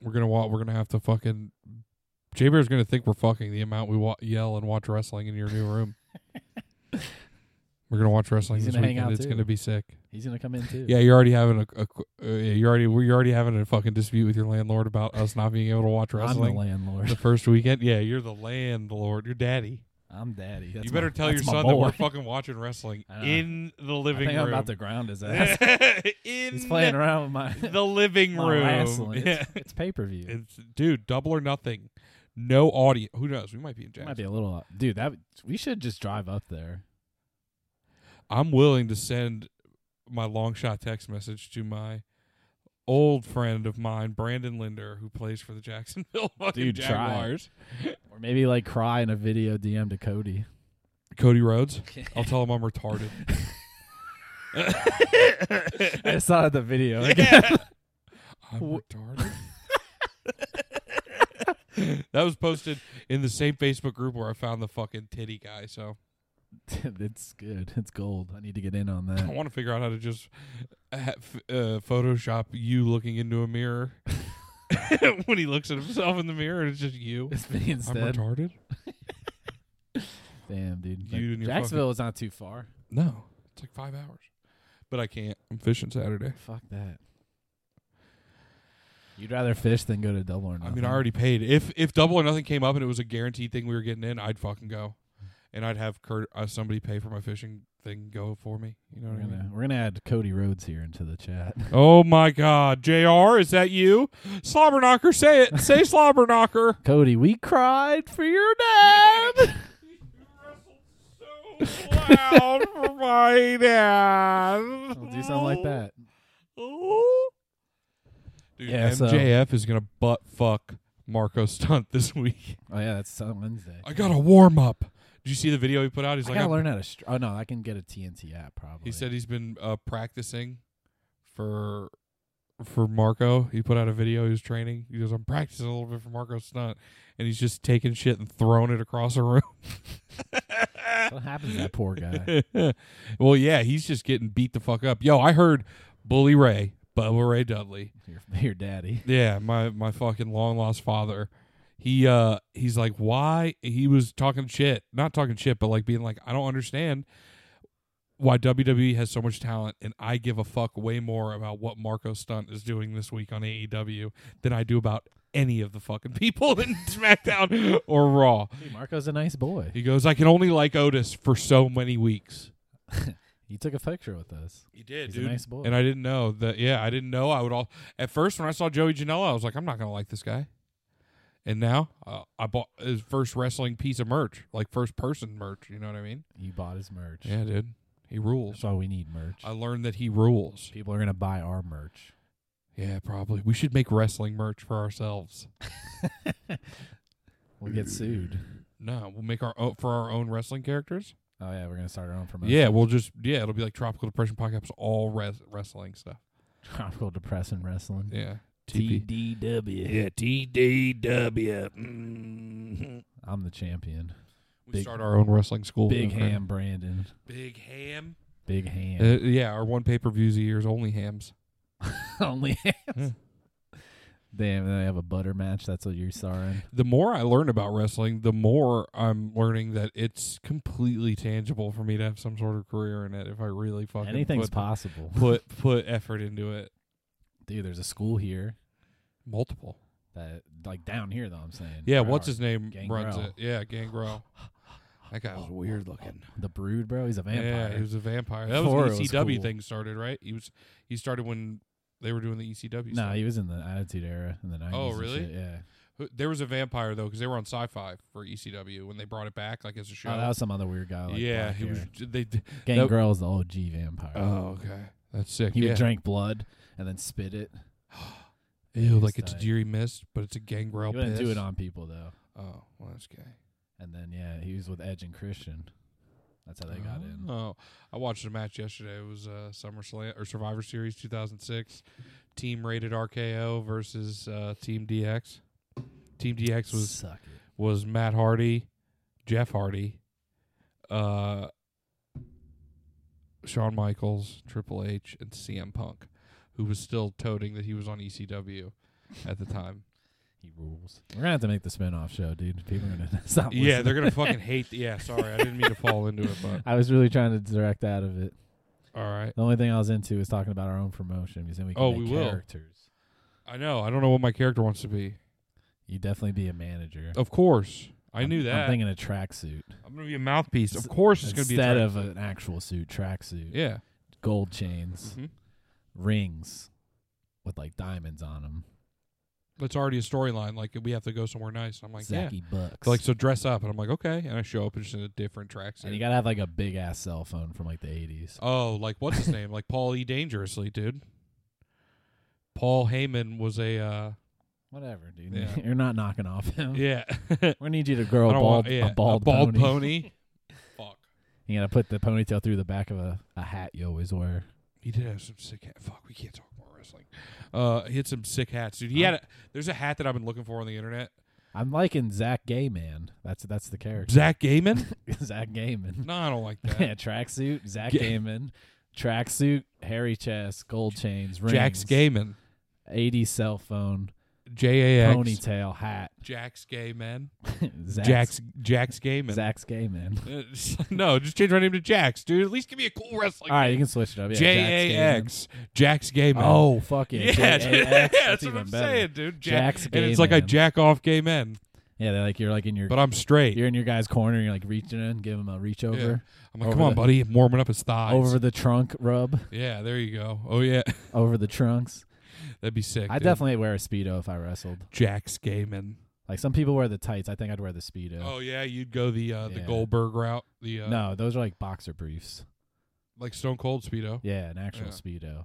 Speaker 1: We're gonna wa We're gonna have to fucking. J Bear's gonna think we're fucking the amount we wa- yell and watch wrestling in your new room. we're gonna watch wrestling
Speaker 2: He's
Speaker 1: this
Speaker 2: gonna hang
Speaker 1: weekend.
Speaker 2: out,
Speaker 1: it's
Speaker 2: too.
Speaker 1: gonna be sick.
Speaker 2: He's gonna come in too.
Speaker 1: Yeah, you're already having a. a qu- uh, yeah, you're already we're already having a fucking dispute with your landlord about us not being able to watch
Speaker 2: I'm the
Speaker 1: wrestling the,
Speaker 2: landlord.
Speaker 1: first weekend. Yeah, you're the landlord. You're daddy.
Speaker 2: I'm daddy. That's
Speaker 1: you
Speaker 2: my-
Speaker 1: better tell your
Speaker 2: that's my
Speaker 1: son that we're
Speaker 2: boy.
Speaker 1: fucking watching wrestling
Speaker 2: I know.
Speaker 1: in the
Speaker 2: I
Speaker 1: living
Speaker 2: think I'm
Speaker 1: room.
Speaker 2: about to ground his ass.
Speaker 1: in
Speaker 2: He's playing around with my,
Speaker 1: the living
Speaker 2: my
Speaker 1: room.
Speaker 2: wrestling.
Speaker 1: Yeah.
Speaker 2: It's, it's pay per view.
Speaker 1: It's dude, double or nothing. No audio. Who knows? We might be in
Speaker 2: Might
Speaker 1: Jackson.
Speaker 2: be a little dude. That would- we should just drive up there.
Speaker 1: I'm willing to send my long shot text message to my old friend of mine, Brandon Linder, who plays for the Jacksonville fucking
Speaker 2: Dude, try it.
Speaker 1: Jaguars.
Speaker 2: Or maybe like cry in a video DM to Cody.
Speaker 1: Cody Rhodes. I'll tell him I'm retarded.
Speaker 2: I saw it in the video.
Speaker 1: I'm retarded. that was posted in the same Facebook group where I found the fucking titty guy. So
Speaker 2: it's good. It's gold. I need to get in on
Speaker 1: I
Speaker 2: that.
Speaker 1: want to figure out how to just uh, ha- f- uh, Photoshop you looking into a mirror when he looks at himself in the mirror. It's just you.
Speaker 2: It's me
Speaker 1: I'm
Speaker 2: instead.
Speaker 1: retarded.
Speaker 2: Damn, dude.
Speaker 1: You
Speaker 2: Like,
Speaker 1: and your
Speaker 2: Jacksonville is not too far.
Speaker 1: No, it's like five hours, but I can't. I'm fishing Saturday.
Speaker 2: Fuck that. You'd rather fish than go to double or
Speaker 1: I
Speaker 2: nothing.
Speaker 1: mean, I already paid. If if Double or Nothing came up and it was a guaranteed thing we were getting in, I'd fucking go, and I'd have Kurt, uh, somebody pay for my fishing thing go for me. You know
Speaker 2: We're
Speaker 1: what I mean?
Speaker 2: gonna, we're gonna add Cody Rhodes here into the chat.
Speaker 1: Oh my God, Jr. Is that you? Slobberknocker, say it. Say Slobberknocker.
Speaker 2: Cody, we cried for your dad.
Speaker 1: You wrestled so loud for my dad.
Speaker 2: We'll do something like that.
Speaker 1: Dude,
Speaker 2: Yeah, so-
Speaker 1: MJF is gonna butt fuck Marco Stunt this week.
Speaker 2: Oh yeah, that's on Wednesday.
Speaker 1: I got a warm up. Did you see the video he put out? He's
Speaker 2: I
Speaker 1: like,
Speaker 2: gotta
Speaker 1: "I'm-
Speaker 2: learn how to. Str- oh no, I can get a TNT app probably.
Speaker 1: he said he's been uh, practicing for for Marco. He put out a video. He was training. He goes, I'm practicing a little bit for Marco Stunt, and he's just taking shit and throwing it across a room.
Speaker 2: "What happens to that poor guy?"
Speaker 1: well, yeah, he's just getting beat the fuck up. Yo, I heard Bully Ray, Bubba Ray Dudley.
Speaker 2: your, your daddy.
Speaker 1: Yeah, my my fucking long lost father. He uh he's like, why he was talking shit, not talking shit, but like being like, I don't understand why WWE has so much talent, and I give a fuck way more about what Marco Stunt is doing this week on AEW than I do about any of the fucking people in SmackDown or Raw.
Speaker 2: Hey, Marco's a nice boy.
Speaker 1: He goes, I can only like Otis for so many weeks.
Speaker 2: He took a picture with us.
Speaker 1: He did,
Speaker 2: He's a nice boy.
Speaker 1: And I didn't know that. Yeah, I didn't know. I would all at first when I saw Joey Janela, I was like, I'm not gonna like this guy. And now uh, I bought his first wrestling piece of merch, like first person merch. You know what I mean?
Speaker 2: You bought his merch.
Speaker 1: Yeah, dude. He
Speaker 2: That's
Speaker 1: rules.
Speaker 2: why we need merch.
Speaker 1: I learned that he rules.
Speaker 2: People are gonna buy our merch.
Speaker 1: Yeah, probably. We should make wrestling merch for ourselves.
Speaker 2: We'll get sued.
Speaker 1: No, we'll make our own, for our own wrestling characters.
Speaker 2: Oh yeah, we're gonna start our own promotion.
Speaker 1: Yeah, we'll just yeah, it'll be like Tropical Depression podcast, all res- wrestling stuff.
Speaker 2: Tropical depressing wrestling.
Speaker 1: Yeah, TP.
Speaker 2: TDW.
Speaker 1: Yeah, TDW. Mhm.
Speaker 2: I'm the champion.
Speaker 1: We
Speaker 2: Big-
Speaker 1: start our own wrestling school.
Speaker 2: Big
Speaker 1: Okay.
Speaker 2: ham, Brandon.
Speaker 1: Big ham.
Speaker 2: Big ham.
Speaker 1: Uh, yeah, our one pay per views a year is only hams.
Speaker 2: Only hams. Hmm. Damn, and they have a butter match. That's what you're starring.
Speaker 1: The more I learn about wrestling, the more I'm learning that it's completely tangible for me to have some sort of career in it if I really fucking
Speaker 2: Anything's
Speaker 1: put,
Speaker 2: possible.
Speaker 1: put put effort into it.
Speaker 2: Dude, there's a school here
Speaker 1: Multiple.
Speaker 2: that, like down here, though. I'm saying.
Speaker 1: Yeah,
Speaker 2: Where
Speaker 1: what's
Speaker 2: are-
Speaker 1: his name runs
Speaker 2: Gangrel.
Speaker 1: it? Yeah, Gangrel. That guy was weird looking.
Speaker 2: The Brood, bro. He's a
Speaker 1: Yeah,
Speaker 2: vampire.
Speaker 1: he was a vampire. That was
Speaker 2: Before it
Speaker 1: when
Speaker 2: was
Speaker 1: ECW
Speaker 2: cool.
Speaker 1: thing started, right? He was he started when they were doing the ECW.
Speaker 2: no,
Speaker 1: stuff.
Speaker 2: he was in the Attitude Era in the 90s. and
Speaker 1: Oh, really?
Speaker 2: shit, Yeah.
Speaker 1: Who- there was a vampire though because they were on Sci-Fi for ECW when they brought it back like as a show.
Speaker 2: Oh, that was some other weird guy. Like
Speaker 1: yeah,
Speaker 2: black
Speaker 1: he was.
Speaker 2: hair.
Speaker 1: They. d-
Speaker 2: Gangrel is the OG vampire.
Speaker 1: Oh, okay, that's sick.
Speaker 2: he
Speaker 1: yeah.
Speaker 2: would drink blood and then spit it. he
Speaker 1: Ew,
Speaker 2: was
Speaker 1: like it's
Speaker 2: tight.
Speaker 1: Deary Mist, but it's a
Speaker 2: He
Speaker 1: gangrel
Speaker 2: wouldn't
Speaker 1: piss.
Speaker 2: do it on people though.
Speaker 1: Oh, well, that's gay.
Speaker 2: And then yeah, he was with Edge and Christian. That's how they got in.
Speaker 1: Oh, I watched a match yesterday. It was uh, SummerSlam or Survivor Series 2006, Team Rated RKO versus uh, Team DX. Team DX was
Speaker 2: Suck it.
Speaker 1: was Matt Hardy, Jeff Hardy, uh, Shawn Michaels, Triple H, and CM Punk, who was still toting that he was on ECW at the time.
Speaker 2: He rules. We're gonna have to make the spinoff show, dude. People are gonna stop.
Speaker 1: yeah,
Speaker 2: listening.
Speaker 1: they're gonna fucking hate. The, yeah, sorry, I didn't mean to fall into it, but
Speaker 2: I was really trying to direct out of it.
Speaker 1: all right.
Speaker 2: The only thing I was into was talking about our own promotion because then we can
Speaker 1: Oh,
Speaker 2: make
Speaker 1: we will.
Speaker 2: characters.
Speaker 1: I know. I don't know what my character wants to be.
Speaker 2: You definitely be a manager.
Speaker 1: Of course, Oh, I
Speaker 2: I'm-
Speaker 1: knew that.
Speaker 2: I'm
Speaker 1: I'm,
Speaker 2: thinking a tracksuit
Speaker 1: gonna be a mouthpiece. Of course, it's gonna be
Speaker 2: instead
Speaker 1: a
Speaker 2: of an actual suit. Tracksuit,
Speaker 1: yeah.
Speaker 2: gold chains,
Speaker 1: Mhm.
Speaker 2: rings with like diamonds on them.
Speaker 1: That's already a storyline. Like we have to go somewhere nice. I'm like, yeah.
Speaker 2: Zacky Bucks.
Speaker 1: They're like so dress up, and I'm like, okay. And I show up and just in a different tracksuit.
Speaker 2: and you gotta have like a big ass cell phone from like the eighties.
Speaker 1: Oh, like what's his name? Like Paul E. Dangerously, dude. Paul Heyman was a uh,
Speaker 2: Whatever, dude.
Speaker 1: Yeah.
Speaker 2: You're not knocking off him.
Speaker 1: yeah. I
Speaker 2: We need you to grow a
Speaker 1: don't
Speaker 2: bald,
Speaker 1: want- yeah,
Speaker 2: a bald, pony.
Speaker 1: Fuck.
Speaker 2: You gotta put the ponytail through the back of a, a hat you always wear.
Speaker 1: He did have some sick hat. Fuck, we can't talk more wrestling. Uh, he had some sick hats, dude. He had a, there's a hat that I've been looking for on the internet.
Speaker 2: I'm liking Zach Gayman. That's that's the character.
Speaker 1: Zach Gaiman?
Speaker 2: Zach Gayman.
Speaker 1: no, I don't like
Speaker 2: yeah,
Speaker 1: that.
Speaker 2: tracksuit. Zach
Speaker 1: Ga-
Speaker 2: Gayman. Tracksuit. Hairy chest. Gold chains. Rings.
Speaker 1: Jax Gaiman.
Speaker 2: 80s cell phone.
Speaker 1: J A X.
Speaker 2: Ponytail hat.
Speaker 1: Jax Gaiman.
Speaker 2: Zach's,
Speaker 1: Jax Jax Gaiman.
Speaker 2: Zach's Gayman.
Speaker 1: no, just change my name to Jax, dude. At least give me a cool wrestling.
Speaker 2: All right, you can switch it up. Yeah,
Speaker 1: J A
Speaker 2: Jax Gayman.
Speaker 1: X. Jax Gayman.
Speaker 2: Oh, fuck yeah.
Speaker 1: yeah, dude.
Speaker 2: J-A-X,
Speaker 1: Yeah,
Speaker 2: that's
Speaker 1: that's what
Speaker 2: even
Speaker 1: I'm
Speaker 2: better.
Speaker 1: saying, dude. Jack,
Speaker 2: Jack's
Speaker 1: and
Speaker 2: gay
Speaker 1: it's like I
Speaker 2: man.
Speaker 1: jack off gay men,
Speaker 2: Yeah, they're like you're like in your
Speaker 1: but I'm straight.
Speaker 2: you're in your guy's corner. You're like reaching in, give him a reach over,
Speaker 1: I'm like,
Speaker 2: over
Speaker 1: come on,
Speaker 2: the-
Speaker 1: buddy, I'm warming up his thighs.
Speaker 2: over the trunk rub,
Speaker 1: yeah, there you go. Oh yeah,
Speaker 2: over the trunks.
Speaker 1: that'd be sick.
Speaker 2: I
Speaker 1: dude.
Speaker 2: definitely wear a speedo if I wrestled.
Speaker 1: Jack's gay man.
Speaker 2: Like some people wear the tights. I think I'd wear the speedo.
Speaker 1: Oh yeah, you'd go the uh, the
Speaker 2: Yeah.
Speaker 1: Goldberg route, the uh,
Speaker 2: No, those are like boxer briefs.
Speaker 1: like Stone Cold speedo.
Speaker 2: Yeah, an actual
Speaker 1: Yeah.
Speaker 2: speedo.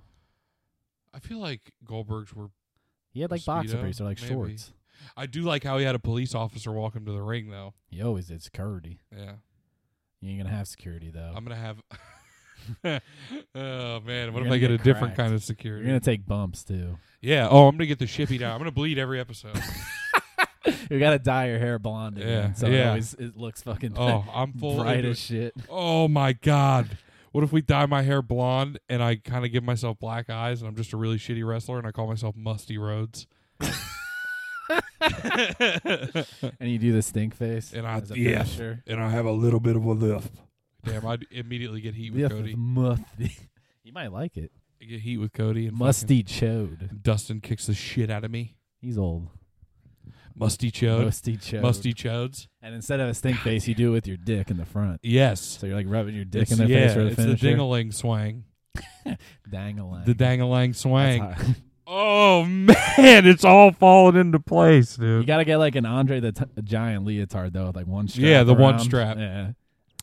Speaker 1: I feel like Goldberg's were.
Speaker 2: He had
Speaker 1: A
Speaker 2: like boxer
Speaker 1: Speedo?
Speaker 2: briefs. They're like
Speaker 1: Maybe.
Speaker 2: shorts.
Speaker 1: I do like how he had a police officer walk him to the ring though.
Speaker 2: He always it's curdy.
Speaker 1: Yeah,
Speaker 2: You ain't gonna have security though.
Speaker 1: I'm gonna have. oh man, what
Speaker 2: You're
Speaker 1: if I
Speaker 2: gonna
Speaker 1: get, a
Speaker 2: get
Speaker 1: different
Speaker 2: cracked.
Speaker 1: kind of security?
Speaker 2: You're gonna take bumps too.
Speaker 1: yeah. Oh, I'm gonna get the shippy down. I'm gonna bleed every episode.
Speaker 2: You gotta dye your hair blonde again,
Speaker 1: Yeah,
Speaker 2: so
Speaker 1: yeah.
Speaker 2: it always it looks fucking
Speaker 1: Oh, I'm full.
Speaker 2: bright
Speaker 1: into
Speaker 2: as
Speaker 1: it.
Speaker 2: shit.
Speaker 1: Oh my god. What if we dye my hair blonde and I kind of give myself black eyes and I'm just a really shitty wrestler and I call myself Musty Rhodes?
Speaker 2: And you do the stink face.
Speaker 1: And I-
Speaker 2: as a
Speaker 1: yeah.
Speaker 2: finisher.
Speaker 1: and I have a little bit of a lift. Damn, I'd immediately get heat with
Speaker 2: Yeah,
Speaker 1: Cody.
Speaker 2: musty. You might like it.
Speaker 1: I get heat with Cody and
Speaker 2: Musty chode.
Speaker 1: fucking Dustin kicks the shit out of me.
Speaker 2: He's old.
Speaker 1: Musty Chode.
Speaker 2: Musty chode.
Speaker 1: Musty Chodes.
Speaker 2: And instead of a stink face, you do it with your dick in the front.
Speaker 1: Yes.
Speaker 2: So you're like rubbing your dick
Speaker 1: It's-
Speaker 2: in their
Speaker 1: yeah,
Speaker 2: face for the
Speaker 1: it's
Speaker 2: finisher.
Speaker 1: the dingaling swang.
Speaker 2: Dangalang.
Speaker 1: The dangalang
Speaker 2: That's
Speaker 1: swang.
Speaker 2: hot.
Speaker 1: Oh man, it's all falling into place, dude.
Speaker 2: You gotta get like an Andre the T- Giant leotard though, with like one strap.
Speaker 1: Yeah, the one
Speaker 2: around.
Speaker 1: strap.
Speaker 2: Yeah,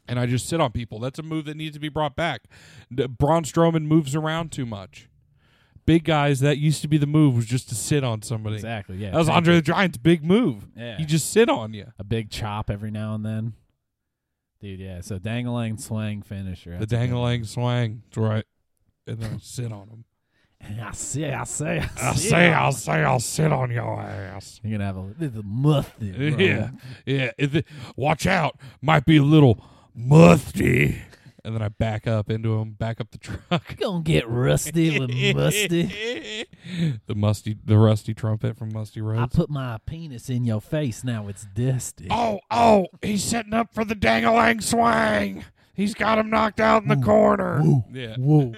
Speaker 1: and I just sit on people. That's a move that needs to be brought back. D- Braun Strowman moves around too much. Big guys, that used to be the move was just to sit on somebody.
Speaker 2: exactly. Yeah,
Speaker 1: That was
Speaker 2: take
Speaker 1: Andre the
Speaker 2: it.
Speaker 1: Giant's big move.
Speaker 2: Yeah,
Speaker 1: He just sit on you.
Speaker 2: a big chop every now and then, dude. Yeah, so dangalang swang finisher.
Speaker 1: The
Speaker 2: That's a good one.
Speaker 1: dangalang swang. That's right. And then I'll sit on him.
Speaker 2: I say, I say, I
Speaker 1: I'll
Speaker 2: say.
Speaker 1: say, I'll say, I'll sit on your ass.
Speaker 2: You're gonna have a little musty. bro.
Speaker 1: Yeah. Yeah. If it- watch out. Might be a little musty. And then I back up into him, back up the truck.
Speaker 2: gonna get rusty with musty.
Speaker 1: the musty, the rusty trumpet from Musty
Speaker 2: I
Speaker 1: Roads.
Speaker 2: put my penis in your face. Now it's dusty.
Speaker 1: oh, oh, he's setting up for the dangalang swang. He's got him knocked out in the corner. yeah.
Speaker 2: Whoa.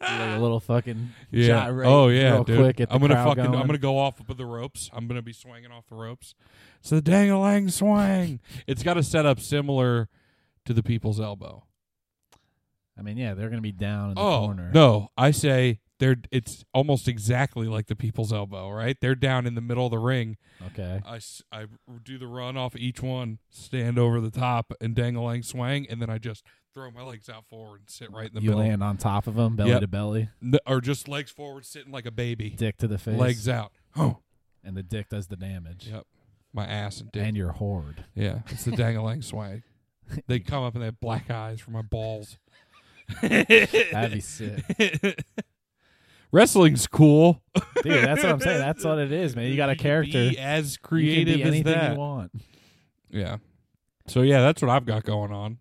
Speaker 2: like a little fucking
Speaker 1: Yeah.
Speaker 2: gyrate
Speaker 1: Oh yeah,
Speaker 2: real
Speaker 1: dude.
Speaker 2: quick at the
Speaker 1: I'm gonna
Speaker 2: crowd
Speaker 1: fucking. I'm
Speaker 2: going.
Speaker 1: gonna go off of the ropes. I'm gonna be swinging off the ropes. It's the dangalang swang. it's got a setup similar to the people's elbow.
Speaker 2: I mean, yeah, they're gonna be down in the
Speaker 1: oh
Speaker 2: corner.
Speaker 1: no, I say they're. It's almost exactly like the people's elbow, right? They're down in the middle of the ring,
Speaker 2: Okay.
Speaker 1: I, s- I do the run off each one, stand over the top and dangalang swang, and then I just throw my legs out forward and sit right in the
Speaker 2: you
Speaker 1: middle.
Speaker 2: land on top of them, belly
Speaker 1: Yep.
Speaker 2: to belly,
Speaker 1: N- or just legs forward, sitting like a baby,
Speaker 2: dick to the face,
Speaker 1: legs out. Oh,
Speaker 2: and the dick does the damage.
Speaker 1: yep, my ass and dick.
Speaker 2: And you're horde.
Speaker 1: yeah, it's the dangalang swang. They come up and they have black eyes for my balls.
Speaker 2: That'd be sick,
Speaker 1: Wrestling's cool.
Speaker 2: dude. That's what I'm saying. That's what it is, man. You got a
Speaker 1: can
Speaker 2: character.
Speaker 1: be as
Speaker 2: you can
Speaker 1: creative
Speaker 2: be
Speaker 1: as
Speaker 2: anything
Speaker 1: that.
Speaker 2: you want.
Speaker 1: Yeah. So yeah, that's what I've got going on.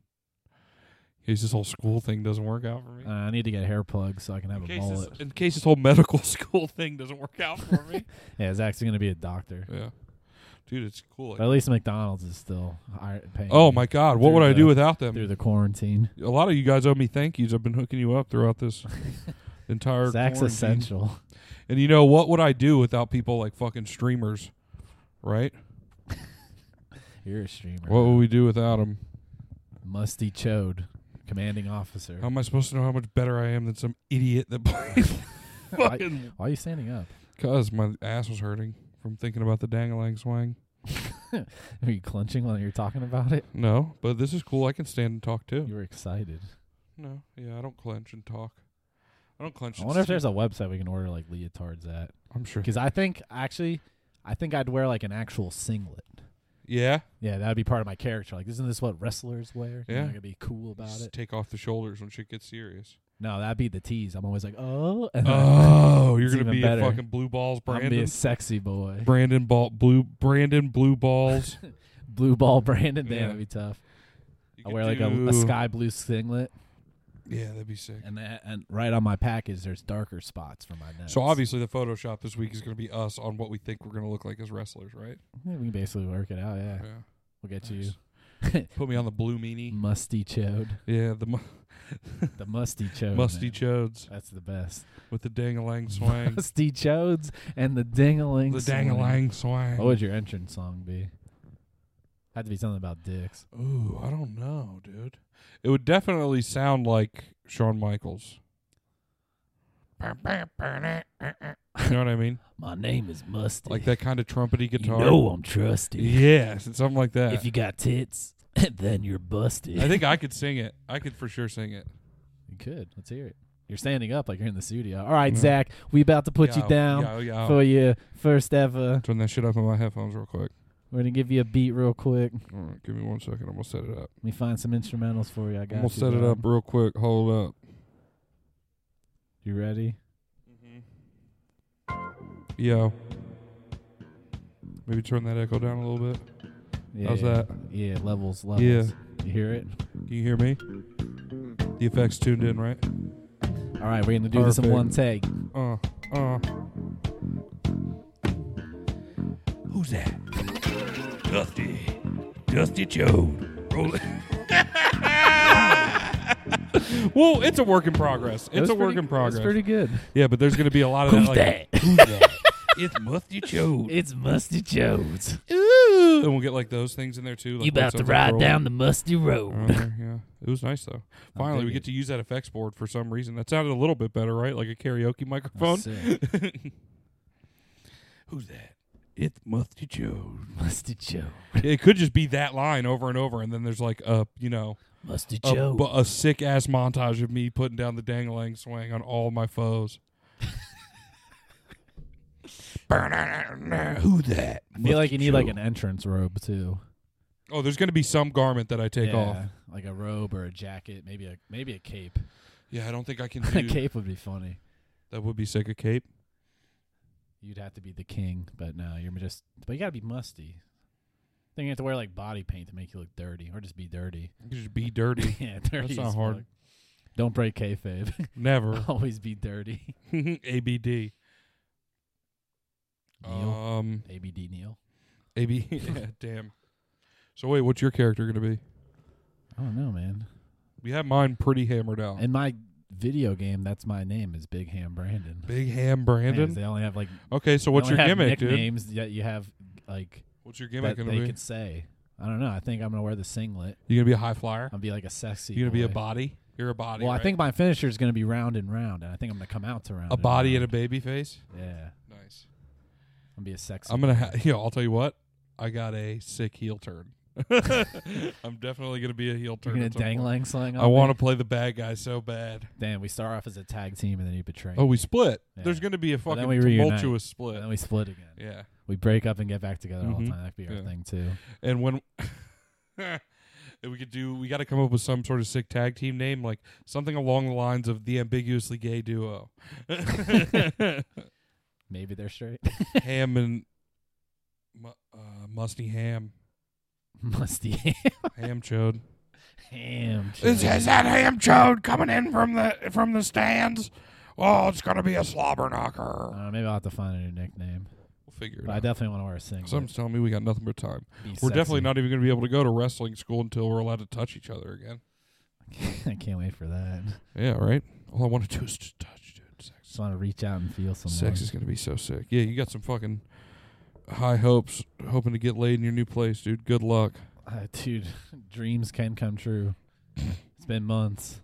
Speaker 1: In case this whole school thing doesn't work out for me.
Speaker 2: Uh, I need to get hair plugs so I can have
Speaker 1: in,
Speaker 2: a
Speaker 1: case
Speaker 2: mullet.
Speaker 1: this, in case this whole medical school thing doesn't work out for me.
Speaker 2: Yeah, it's actually gonna be a doctor.
Speaker 1: yeah. Dude, it's cool.
Speaker 2: But at least McDonald's is still hi- paying.
Speaker 1: oh
Speaker 2: me
Speaker 1: my god, what
Speaker 2: Through
Speaker 1: would I
Speaker 2: the-
Speaker 1: do without them?
Speaker 2: Through the quarantine,
Speaker 1: A lot of you guys owe me thank yous. I've been hooking you up throughout this entire
Speaker 2: Zach's
Speaker 1: quarantine.
Speaker 2: essential.
Speaker 1: And you know what would I do without people like fucking streamers? Right?
Speaker 2: You're a streamer.
Speaker 1: What would we do without them?
Speaker 2: Musty Chode, commanding officer.
Speaker 1: How am I supposed to know how much better I am than some idiot that plays fucking
Speaker 2: Why are you standing up?
Speaker 1: Cause my ass was hurting from thinking about the dangalang swang.
Speaker 2: Are you clenching while you're talking about it?
Speaker 1: No, but this is cool. I can stand and talk too.
Speaker 2: You were excited.
Speaker 1: No, yeah, I don't clench and talk. I don't clench.
Speaker 2: I
Speaker 1: and
Speaker 2: wonder if
Speaker 1: stand-
Speaker 2: there's a website we can order like leotards at.
Speaker 1: I'm sure.
Speaker 2: Because I think actually, I think I'd wear like an actual singlet.
Speaker 1: Yeah,
Speaker 2: Yeah, that'd be part of my character. Like, isn't this what wrestlers wear?
Speaker 1: Yeah.
Speaker 2: I'm gonna be cool about
Speaker 1: just
Speaker 2: it.
Speaker 1: take off the shoulders when shit gets serious.
Speaker 2: No, that'd be the tease. I'm always like, oh, and
Speaker 1: Oh, you're
Speaker 2: It's
Speaker 1: gonna
Speaker 2: even
Speaker 1: be
Speaker 2: better.
Speaker 1: a fucking blue balls,
Speaker 2: I'm gonna be a
Speaker 1: Brandon.
Speaker 2: sexy boy.
Speaker 1: Brandon ball blue. Brandon blue balls.
Speaker 2: Blue ball Brandon. Damn,
Speaker 1: Yeah.
Speaker 2: that'd be tough.
Speaker 1: You
Speaker 2: I
Speaker 1: could
Speaker 2: wear like a,
Speaker 1: do-
Speaker 2: a sky blue singlet,
Speaker 1: Yeah, that'd be sick.
Speaker 2: and that, and right on my package, there's darker spots for my neck.
Speaker 1: So obviously the Photoshop this week is gonna be us on what we think we're gonna look like as wrestlers, right?
Speaker 2: Yeah, we can basically work it out. Yeah,
Speaker 1: Yeah.
Speaker 2: we'll
Speaker 1: Nice.
Speaker 2: get you Mm.
Speaker 1: Put me on the blue meanie.
Speaker 2: musty chode,
Speaker 1: Yeah, the mu-
Speaker 2: the musty chode,
Speaker 1: musty
Speaker 2: Oh, man.
Speaker 1: chodes
Speaker 2: That's the best.
Speaker 1: with the dangalang swang.
Speaker 2: Musty chodes and the dingaling.
Speaker 1: The dangalang swang.
Speaker 2: What would your entrance song be? Had to be something about dicks.
Speaker 1: Ooh, I don't know, dude. It would definitely sound like Shawn Michaels.
Speaker 2: eh,
Speaker 1: You know what I mean?
Speaker 2: My name is Musty.
Speaker 1: Like that kind of trumpety
Speaker 2: You
Speaker 1: guitar.
Speaker 2: know I'm trusty.
Speaker 1: Yes, it's something like that.
Speaker 2: If you got tits, then you're busted.
Speaker 1: I think I could sing it. I could for sure sing it.
Speaker 2: you could. Let's hear it. You're standing up like you're in the studio. All right,
Speaker 1: Yeah.
Speaker 2: Zach, we about to put
Speaker 1: Yo,
Speaker 2: you down
Speaker 1: yo, yo.
Speaker 2: for your first ever.
Speaker 1: Turn that shit up in my headphones real quick.
Speaker 2: We're gonna give you a beat real quick. Let
Speaker 1: All right, give me one second. I'm gonna set it up.
Speaker 2: me find some instrumentals for you. I got
Speaker 1: I'm gonna
Speaker 2: you.
Speaker 1: set it up
Speaker 2: dog.
Speaker 1: real quick. Hold up.
Speaker 2: You ready?
Speaker 1: Yo. Maybe turn that echo down a little bit.
Speaker 2: Yeah,
Speaker 1: How's
Speaker 2: yeah.
Speaker 1: that?
Speaker 2: Yeah, levels, levels.
Speaker 1: Yeah.
Speaker 2: You hear it?
Speaker 1: Can you hear me? The effects tuned in, right?
Speaker 2: All right, we're gonna do this in
Speaker 1: Perfect.
Speaker 2: one take.
Speaker 1: Uh, uh.
Speaker 5: Who's that? Dusty. Dusty Joe. Roll it.
Speaker 1: Well, it's a work in progress.
Speaker 2: That
Speaker 1: It's
Speaker 2: was
Speaker 1: a work
Speaker 2: pretty-
Speaker 1: in
Speaker 2: It's
Speaker 1: progress.
Speaker 2: pretty good.
Speaker 1: yeah, but there's gonna be a lot of
Speaker 2: Who's
Speaker 1: that. Like,
Speaker 2: that?
Speaker 5: Who's that? it's Musty Joe.
Speaker 2: it's Musty Jones.
Speaker 1: Ooh. And we'll get like those things in there too. Like
Speaker 2: You about to
Speaker 1: something
Speaker 2: ride
Speaker 1: roll.
Speaker 2: down the musty
Speaker 1: Around
Speaker 2: road.
Speaker 1: there, yeah, it was nice though. Finally, we
Speaker 2: digging
Speaker 1: get to use that effects board for some reason. That sounded a little bit better, right? Like a karaoke microphone.
Speaker 2: Sick.
Speaker 5: Who's that? It's Musty Joe.
Speaker 2: Musty Joe.
Speaker 1: it could just be that line over and over, and then there's like a you know
Speaker 2: Musty
Speaker 1: a,
Speaker 2: Joe.
Speaker 1: bu- a sick ass montage of me putting down the dangling swing on all my foes.
Speaker 5: Who that?
Speaker 2: I feel like you need like an entrance robe too.
Speaker 1: Oh, there's gonna be some garment that I take
Speaker 2: yeah,
Speaker 1: off.
Speaker 2: like a robe or a jacket, maybe a maybe a cape.
Speaker 1: Yeah, I don't think I can
Speaker 2: a
Speaker 1: do
Speaker 2: cape would be funny.
Speaker 1: that. Would be sick. A cape.
Speaker 2: You'd have to be the king, but no, you're just. But you gotta be musty. Then you have to wear like body paint to make you look dirty, or just be dirty.
Speaker 1: You could just be dirty.
Speaker 2: yeah, dirty.
Speaker 1: not
Speaker 2: as
Speaker 1: hard.
Speaker 2: fuck. Don't break kayfabe.
Speaker 1: Never.
Speaker 2: Always be dirty.
Speaker 1: ABD.
Speaker 2: Neil,
Speaker 1: Um.
Speaker 2: ABD Neil.
Speaker 1: AB. yeah, damn. So wait, what's your character gonna be?
Speaker 2: I don't know, man.
Speaker 1: We have mine pretty hammered out.
Speaker 2: Oh. In my video game, that's my name is Big Ham Brandon.
Speaker 1: Big Ham
Speaker 2: Man,
Speaker 1: Brandon.
Speaker 2: they only have like
Speaker 1: okay, so
Speaker 2: they
Speaker 1: what's
Speaker 2: only
Speaker 1: your
Speaker 2: have
Speaker 1: gimmick, dude?
Speaker 2: nicknames that you have like
Speaker 1: What's your gimmick
Speaker 2: that
Speaker 1: gonna
Speaker 2: they
Speaker 1: be?
Speaker 2: could say. I don't know. I think I'm gonna wear the singlet.
Speaker 1: You gonna be a high flyer?
Speaker 2: I'll be like a sexy.
Speaker 1: You gonna be a
Speaker 2: boy.
Speaker 1: body? You're a body.
Speaker 2: Well, I
Speaker 1: right?
Speaker 2: think my finisher is gonna be round and round, and I think I'm gonna come out to round.
Speaker 1: a
Speaker 2: and
Speaker 1: body and
Speaker 2: round.
Speaker 1: a baby face.
Speaker 2: yeah.
Speaker 1: Nice.
Speaker 2: I'm gonna be a sexy.
Speaker 1: I'm gonna. Ha- yo, I'll tell you what. I got a sick heel turn. I'm definitely gonna be a heel turn.
Speaker 2: You're gonna
Speaker 1: at some point.
Speaker 2: dang lang slang.
Speaker 1: I want to play the bad guy so bad.
Speaker 2: Damn, we start off as a tag team, and then you betray.
Speaker 1: Oh, we split.
Speaker 2: Yeah.
Speaker 1: There's gonna be a
Speaker 2: But
Speaker 1: fucking
Speaker 2: then we reunite.
Speaker 1: tumultuous split.
Speaker 2: and then we split again.
Speaker 1: yeah.
Speaker 2: We break up and get back together all
Speaker 1: Mhm.
Speaker 2: the time. That could be our
Speaker 1: Yeah.
Speaker 2: thing too.
Speaker 1: And when and we could do, we got to come up with some sort of sick tag team name, like something along the lines of the ambiguously gay duo,
Speaker 2: Maybe they're straight.
Speaker 1: Ham and Mu- uh, Musty Ham,
Speaker 2: Musty
Speaker 1: Ham Chode.
Speaker 2: ham.
Speaker 5: Is, is that Ham Joe coming in from the from the stands? Oh, it's gonna be a slobber knocker.
Speaker 2: Uh, maybe I'll have to find a new nickname.
Speaker 1: We'll figure it
Speaker 2: But I
Speaker 1: out.
Speaker 2: definitely want to wear a singlet.
Speaker 1: Someone's telling me we got nothing but time.
Speaker 2: Be
Speaker 1: We're definitely
Speaker 2: sexy.
Speaker 1: not even going to be able to go to wrestling school until we're allowed to touch each other again.
Speaker 2: I can't wait for that.
Speaker 1: Yeah, right. All I want to do is just touch, dude. Sex,
Speaker 2: Just want to reach out and feel someone.
Speaker 1: sex is going to be so sick. Yeah, you got some fucking high hopes, hoping to get laid in your new place, dude. Good luck.
Speaker 2: Uh, dude, dreams can come true. it's been months.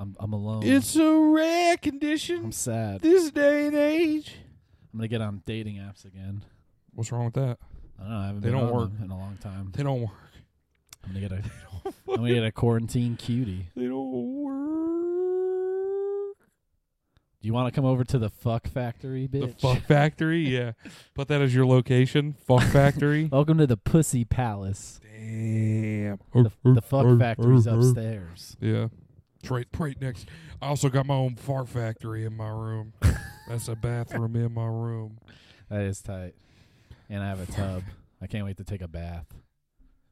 Speaker 2: I'm I'm alone.
Speaker 1: It's a rare
Speaker 2: I'm
Speaker 1: condition
Speaker 2: sad.
Speaker 1: this day and age.
Speaker 2: I'm gonna get on dating apps again.
Speaker 1: What's wrong with that?
Speaker 2: I don't know. I haven't
Speaker 1: They
Speaker 2: been
Speaker 1: don't
Speaker 2: on
Speaker 1: work.
Speaker 2: them in a long time.
Speaker 1: They don't work.
Speaker 2: I'm gonna get a I'm gonna get a quarantine cutie.
Speaker 1: They don't work.
Speaker 2: Do you want to come over to the fuck factory, bitch?
Speaker 1: The Fuck Factory, yeah. Put that as your location. Fuck Factory.
Speaker 2: Welcome to the pussy palace.
Speaker 1: Damn.
Speaker 2: The, the fuck factory's upstairs.
Speaker 1: Yeah. It's right, right next. I also got my own fart factory in my room. That's a bathroom in my room.
Speaker 2: That is tight. And I have a tub. I can't wait to take a bath.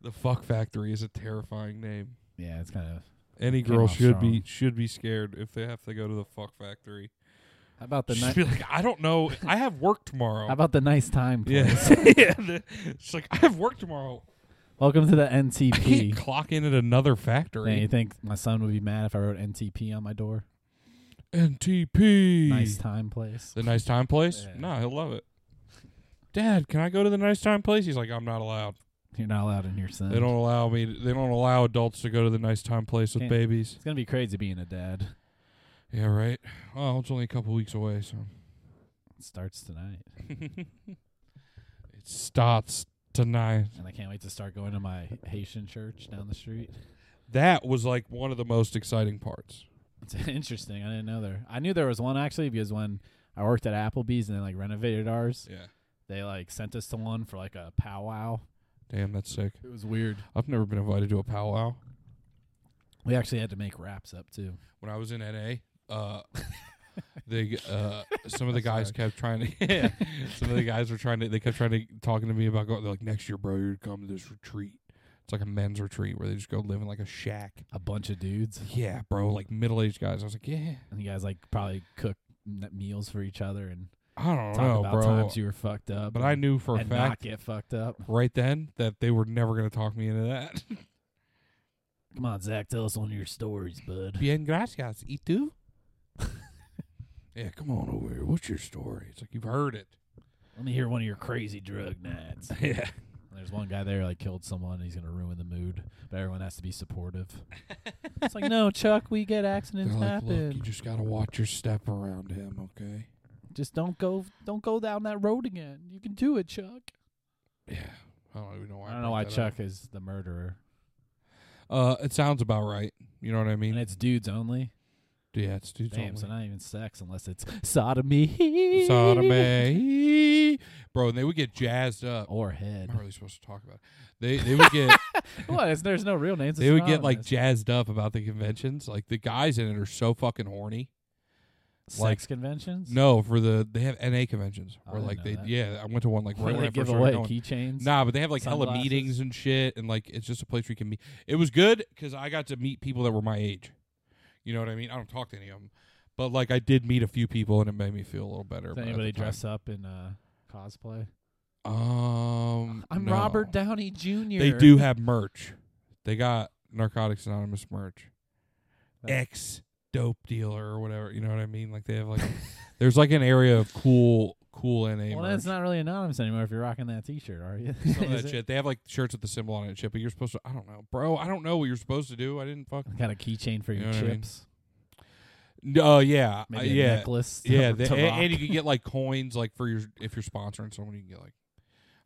Speaker 1: The Fuck Factory is a terrifying name.
Speaker 2: Yeah, it's kind of.
Speaker 1: Any
Speaker 2: Came
Speaker 1: girl
Speaker 2: off
Speaker 1: should
Speaker 2: strong.
Speaker 1: be should be scared if they have to go to the Fuck Factory.
Speaker 2: How about the
Speaker 1: She'd
Speaker 2: night?
Speaker 1: be like, I don't know. I have work tomorrow.
Speaker 2: How about the nice time?
Speaker 1: yeah.
Speaker 2: Place?
Speaker 1: yeah. the- She's like, I have work tomorrow.
Speaker 2: Welcome to the
Speaker 1: I can't
Speaker 2: NTP.
Speaker 1: clock in at another
Speaker 2: Man, you
Speaker 1: factory.
Speaker 2: think my son would be mad if I wrote NTP on my door?
Speaker 1: NTP.
Speaker 2: Nice time, place.
Speaker 1: The nice time place?
Speaker 2: Yeah.
Speaker 1: No, he'll love it. Dad, can I go to the nice time place? He's like, I'm not allowed.
Speaker 2: You're not allowed in here, son.
Speaker 1: They don't allow me. To, they don't allow adults to go to the nice time place with
Speaker 2: Can't-
Speaker 1: babies.
Speaker 2: It's gonna be crazy being a dad.
Speaker 1: Yeah, right. Well, it's only a couple weeks away, so
Speaker 2: It starts tonight,
Speaker 1: it starts tonight.
Speaker 2: and I can't wait to start going to my Haitian church down the street.
Speaker 1: That was like one of the most exciting parts.
Speaker 2: It's interesting. I didn't know there. I knew there was one actually because when I worked at Applebee's and they like renovated ours,
Speaker 1: Yeah.
Speaker 2: they like sent us to one for like a powwow.
Speaker 1: Damn, that's sick.
Speaker 2: It was weird.
Speaker 1: I've never been invited to a powwow.
Speaker 2: We actually had to make wraps up too.
Speaker 1: When I was in NA, uh, they uh, some of the guys kept trying to. Yeah, some of the guys were trying to. They kept trying to talking to me about going. They're like, next year, bro, you'd come to this retreat. It's like a men's retreat where they just go live in like a shack.
Speaker 2: A bunch of dudes,
Speaker 1: Yeah, bro, like middle aged guys. I was like, yeah,
Speaker 2: and you guys like probably cook n- meals for each other and
Speaker 1: I don't
Speaker 2: talk
Speaker 1: know,
Speaker 2: about
Speaker 1: Oh, bro.
Speaker 2: times you were fucked up.
Speaker 1: but I
Speaker 2: and-
Speaker 1: knew for a
Speaker 2: and not
Speaker 1: fact
Speaker 2: get fucked up.
Speaker 1: right then that they were never going to talk me into that.
Speaker 2: Come on, Zach, tell us one of your stories, bud.
Speaker 1: Bien gracias. ¿Y tú? yeah, come on over here. What's your story? It's like you've heard it.
Speaker 2: Let me hear one of your crazy drug nights.
Speaker 1: Yeah.
Speaker 2: There's one guy there like killed someone. And he's gonna ruin the mood, but everyone has to be supportive. it's like no, Chuck, we get
Speaker 1: They're
Speaker 2: accidents
Speaker 1: like,
Speaker 2: happen.
Speaker 1: look, you just got to watch your step around him, okay?
Speaker 2: just don't go, don't go down that road again. You can do it, Chuck.
Speaker 1: Yeah. I don't even know why.
Speaker 2: I don't know why
Speaker 1: brought that up.
Speaker 2: Chuck is the murderer,
Speaker 1: Uh, it sounds about right. You know what I
Speaker 2: and
Speaker 1: mean?
Speaker 2: it's dudes only.
Speaker 1: yeah, it's dudes
Speaker 2: Damn,
Speaker 1: only.
Speaker 2: so not even sex unless it's sodomy,
Speaker 1: Sodomy. Bro, and they would get jazzed up.
Speaker 2: or
Speaker 1: I'm
Speaker 2: head.
Speaker 1: not really supposed to talk about it. They they would get
Speaker 2: What? It's- There's no real names.
Speaker 1: they
Speaker 2: it's
Speaker 1: would get like
Speaker 2: anonymous.
Speaker 1: jazzed up about the conventions. Like the guys in it are so fucking horny.
Speaker 2: sex
Speaker 1: like-
Speaker 2: conventions.
Speaker 1: No, for the they have NA conventions
Speaker 2: Oh, I
Speaker 1: where
Speaker 2: didn't
Speaker 1: like
Speaker 2: know
Speaker 1: they
Speaker 2: that.
Speaker 1: yeah I went to one like
Speaker 2: where
Speaker 1: right when
Speaker 2: they
Speaker 1: I first
Speaker 2: give
Speaker 1: started
Speaker 2: away
Speaker 1: going.
Speaker 2: keychains.
Speaker 1: Nah, but they have like hella
Speaker 2: sunglasses.
Speaker 1: meetings and shit, and like it's just a place where you can meet. It was good because I got to meet people that were my age. You know what I mean? I don't talk to any of them, but like I did meet a few people, and it made me feel a little better.
Speaker 2: Does
Speaker 1: about it at
Speaker 2: anybody
Speaker 1: the time.
Speaker 2: dress up in uh, cosplay?
Speaker 1: Um,
Speaker 2: I'm
Speaker 1: no.
Speaker 2: Robert Downey Jr.
Speaker 1: They do have merch. They got Narcotics Anonymous merch.
Speaker 2: That's-
Speaker 1: X dope dealer or whatever. You know what I mean? Like they have like there's like an area of cool cool NA.
Speaker 2: Well,
Speaker 1: merch.
Speaker 2: that's not really anonymous anymore if you're rocking that T-shirt, are you?
Speaker 1: some of
Speaker 2: Is
Speaker 1: that
Speaker 2: it?
Speaker 1: shit. They have like shirts with the symbol on it and shit, but you're supposed to. I don't know, bro. I don't know what you're supposed to do. I didn't fuck.
Speaker 2: Got a keychain for
Speaker 1: You
Speaker 2: your
Speaker 1: know what I mean?
Speaker 2: chips,
Speaker 1: Oh yeah, Uh,
Speaker 2: maybe a
Speaker 1: yeah,
Speaker 2: necklace.
Speaker 1: yeah.
Speaker 2: to,
Speaker 1: the-
Speaker 2: to
Speaker 1: and,
Speaker 2: rock.
Speaker 1: and you can get like coins, like for your if you're sponsoring someone, you can get like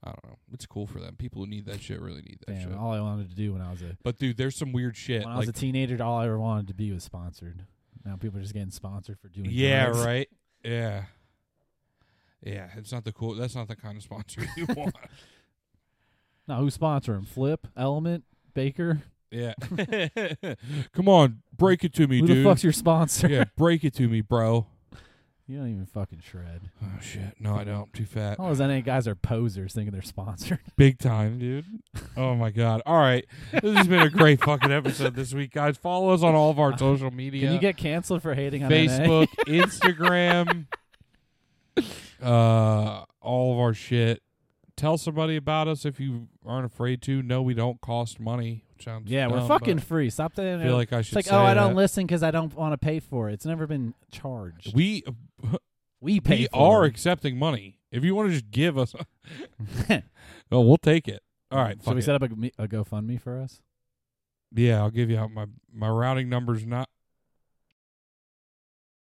Speaker 1: I don't know. It's cool for them. People who need that shit really need that
Speaker 2: Damn,
Speaker 1: shit.
Speaker 2: all I wanted to do when I was a
Speaker 1: But dude, there's some weird shit.
Speaker 2: when I was a
Speaker 1: like
Speaker 2: teenager, all I ever wanted to be was sponsored. Now people are just getting sponsored for doing.
Speaker 1: yeah,
Speaker 2: drugs.
Speaker 1: right, yeah, yeah. It's not the cool. That's not the kind of sponsor you want.
Speaker 2: Now who's sponsoring? Flip, Element, Baker.
Speaker 1: Yeah. Come on, break it to me,
Speaker 2: Who
Speaker 1: dude.
Speaker 2: the fuck's your sponsor?
Speaker 1: yeah, break it to me, bro.
Speaker 2: You don't even fucking shred.
Speaker 1: Oh shit! No, I don't. Too fat.
Speaker 2: All those NA guys are posers thinking they're sponsored.
Speaker 1: Big time, dude. Oh my god. All right. This has been a great fucking episode this week, guys. Follow us on all of our social media.
Speaker 2: Can you get canceled for hating on NA?
Speaker 1: Facebook, Instagram, uh all of our shit. Tell somebody about us if you aren't afraid to. No, we don't cost money. Which sounds
Speaker 2: Yeah, we're
Speaker 1: dumb,
Speaker 2: fucking
Speaker 1: but
Speaker 2: free. Stop that.
Speaker 1: I feel like I
Speaker 2: it's
Speaker 1: should
Speaker 2: like,
Speaker 1: say
Speaker 2: oh, I don't
Speaker 1: that.
Speaker 2: listen because I don't want to pay for it. It's never been charged.
Speaker 1: we
Speaker 2: We pay.
Speaker 1: we
Speaker 2: for
Speaker 1: are
Speaker 2: it.
Speaker 1: accepting money. If you want to just give us Oh, we'll take it. All right.
Speaker 2: Should
Speaker 1: fuck
Speaker 2: we
Speaker 1: it.
Speaker 2: set up a, me- a GoFundMe for us?
Speaker 1: Yeah, I'll give you out my my routing numbers. Not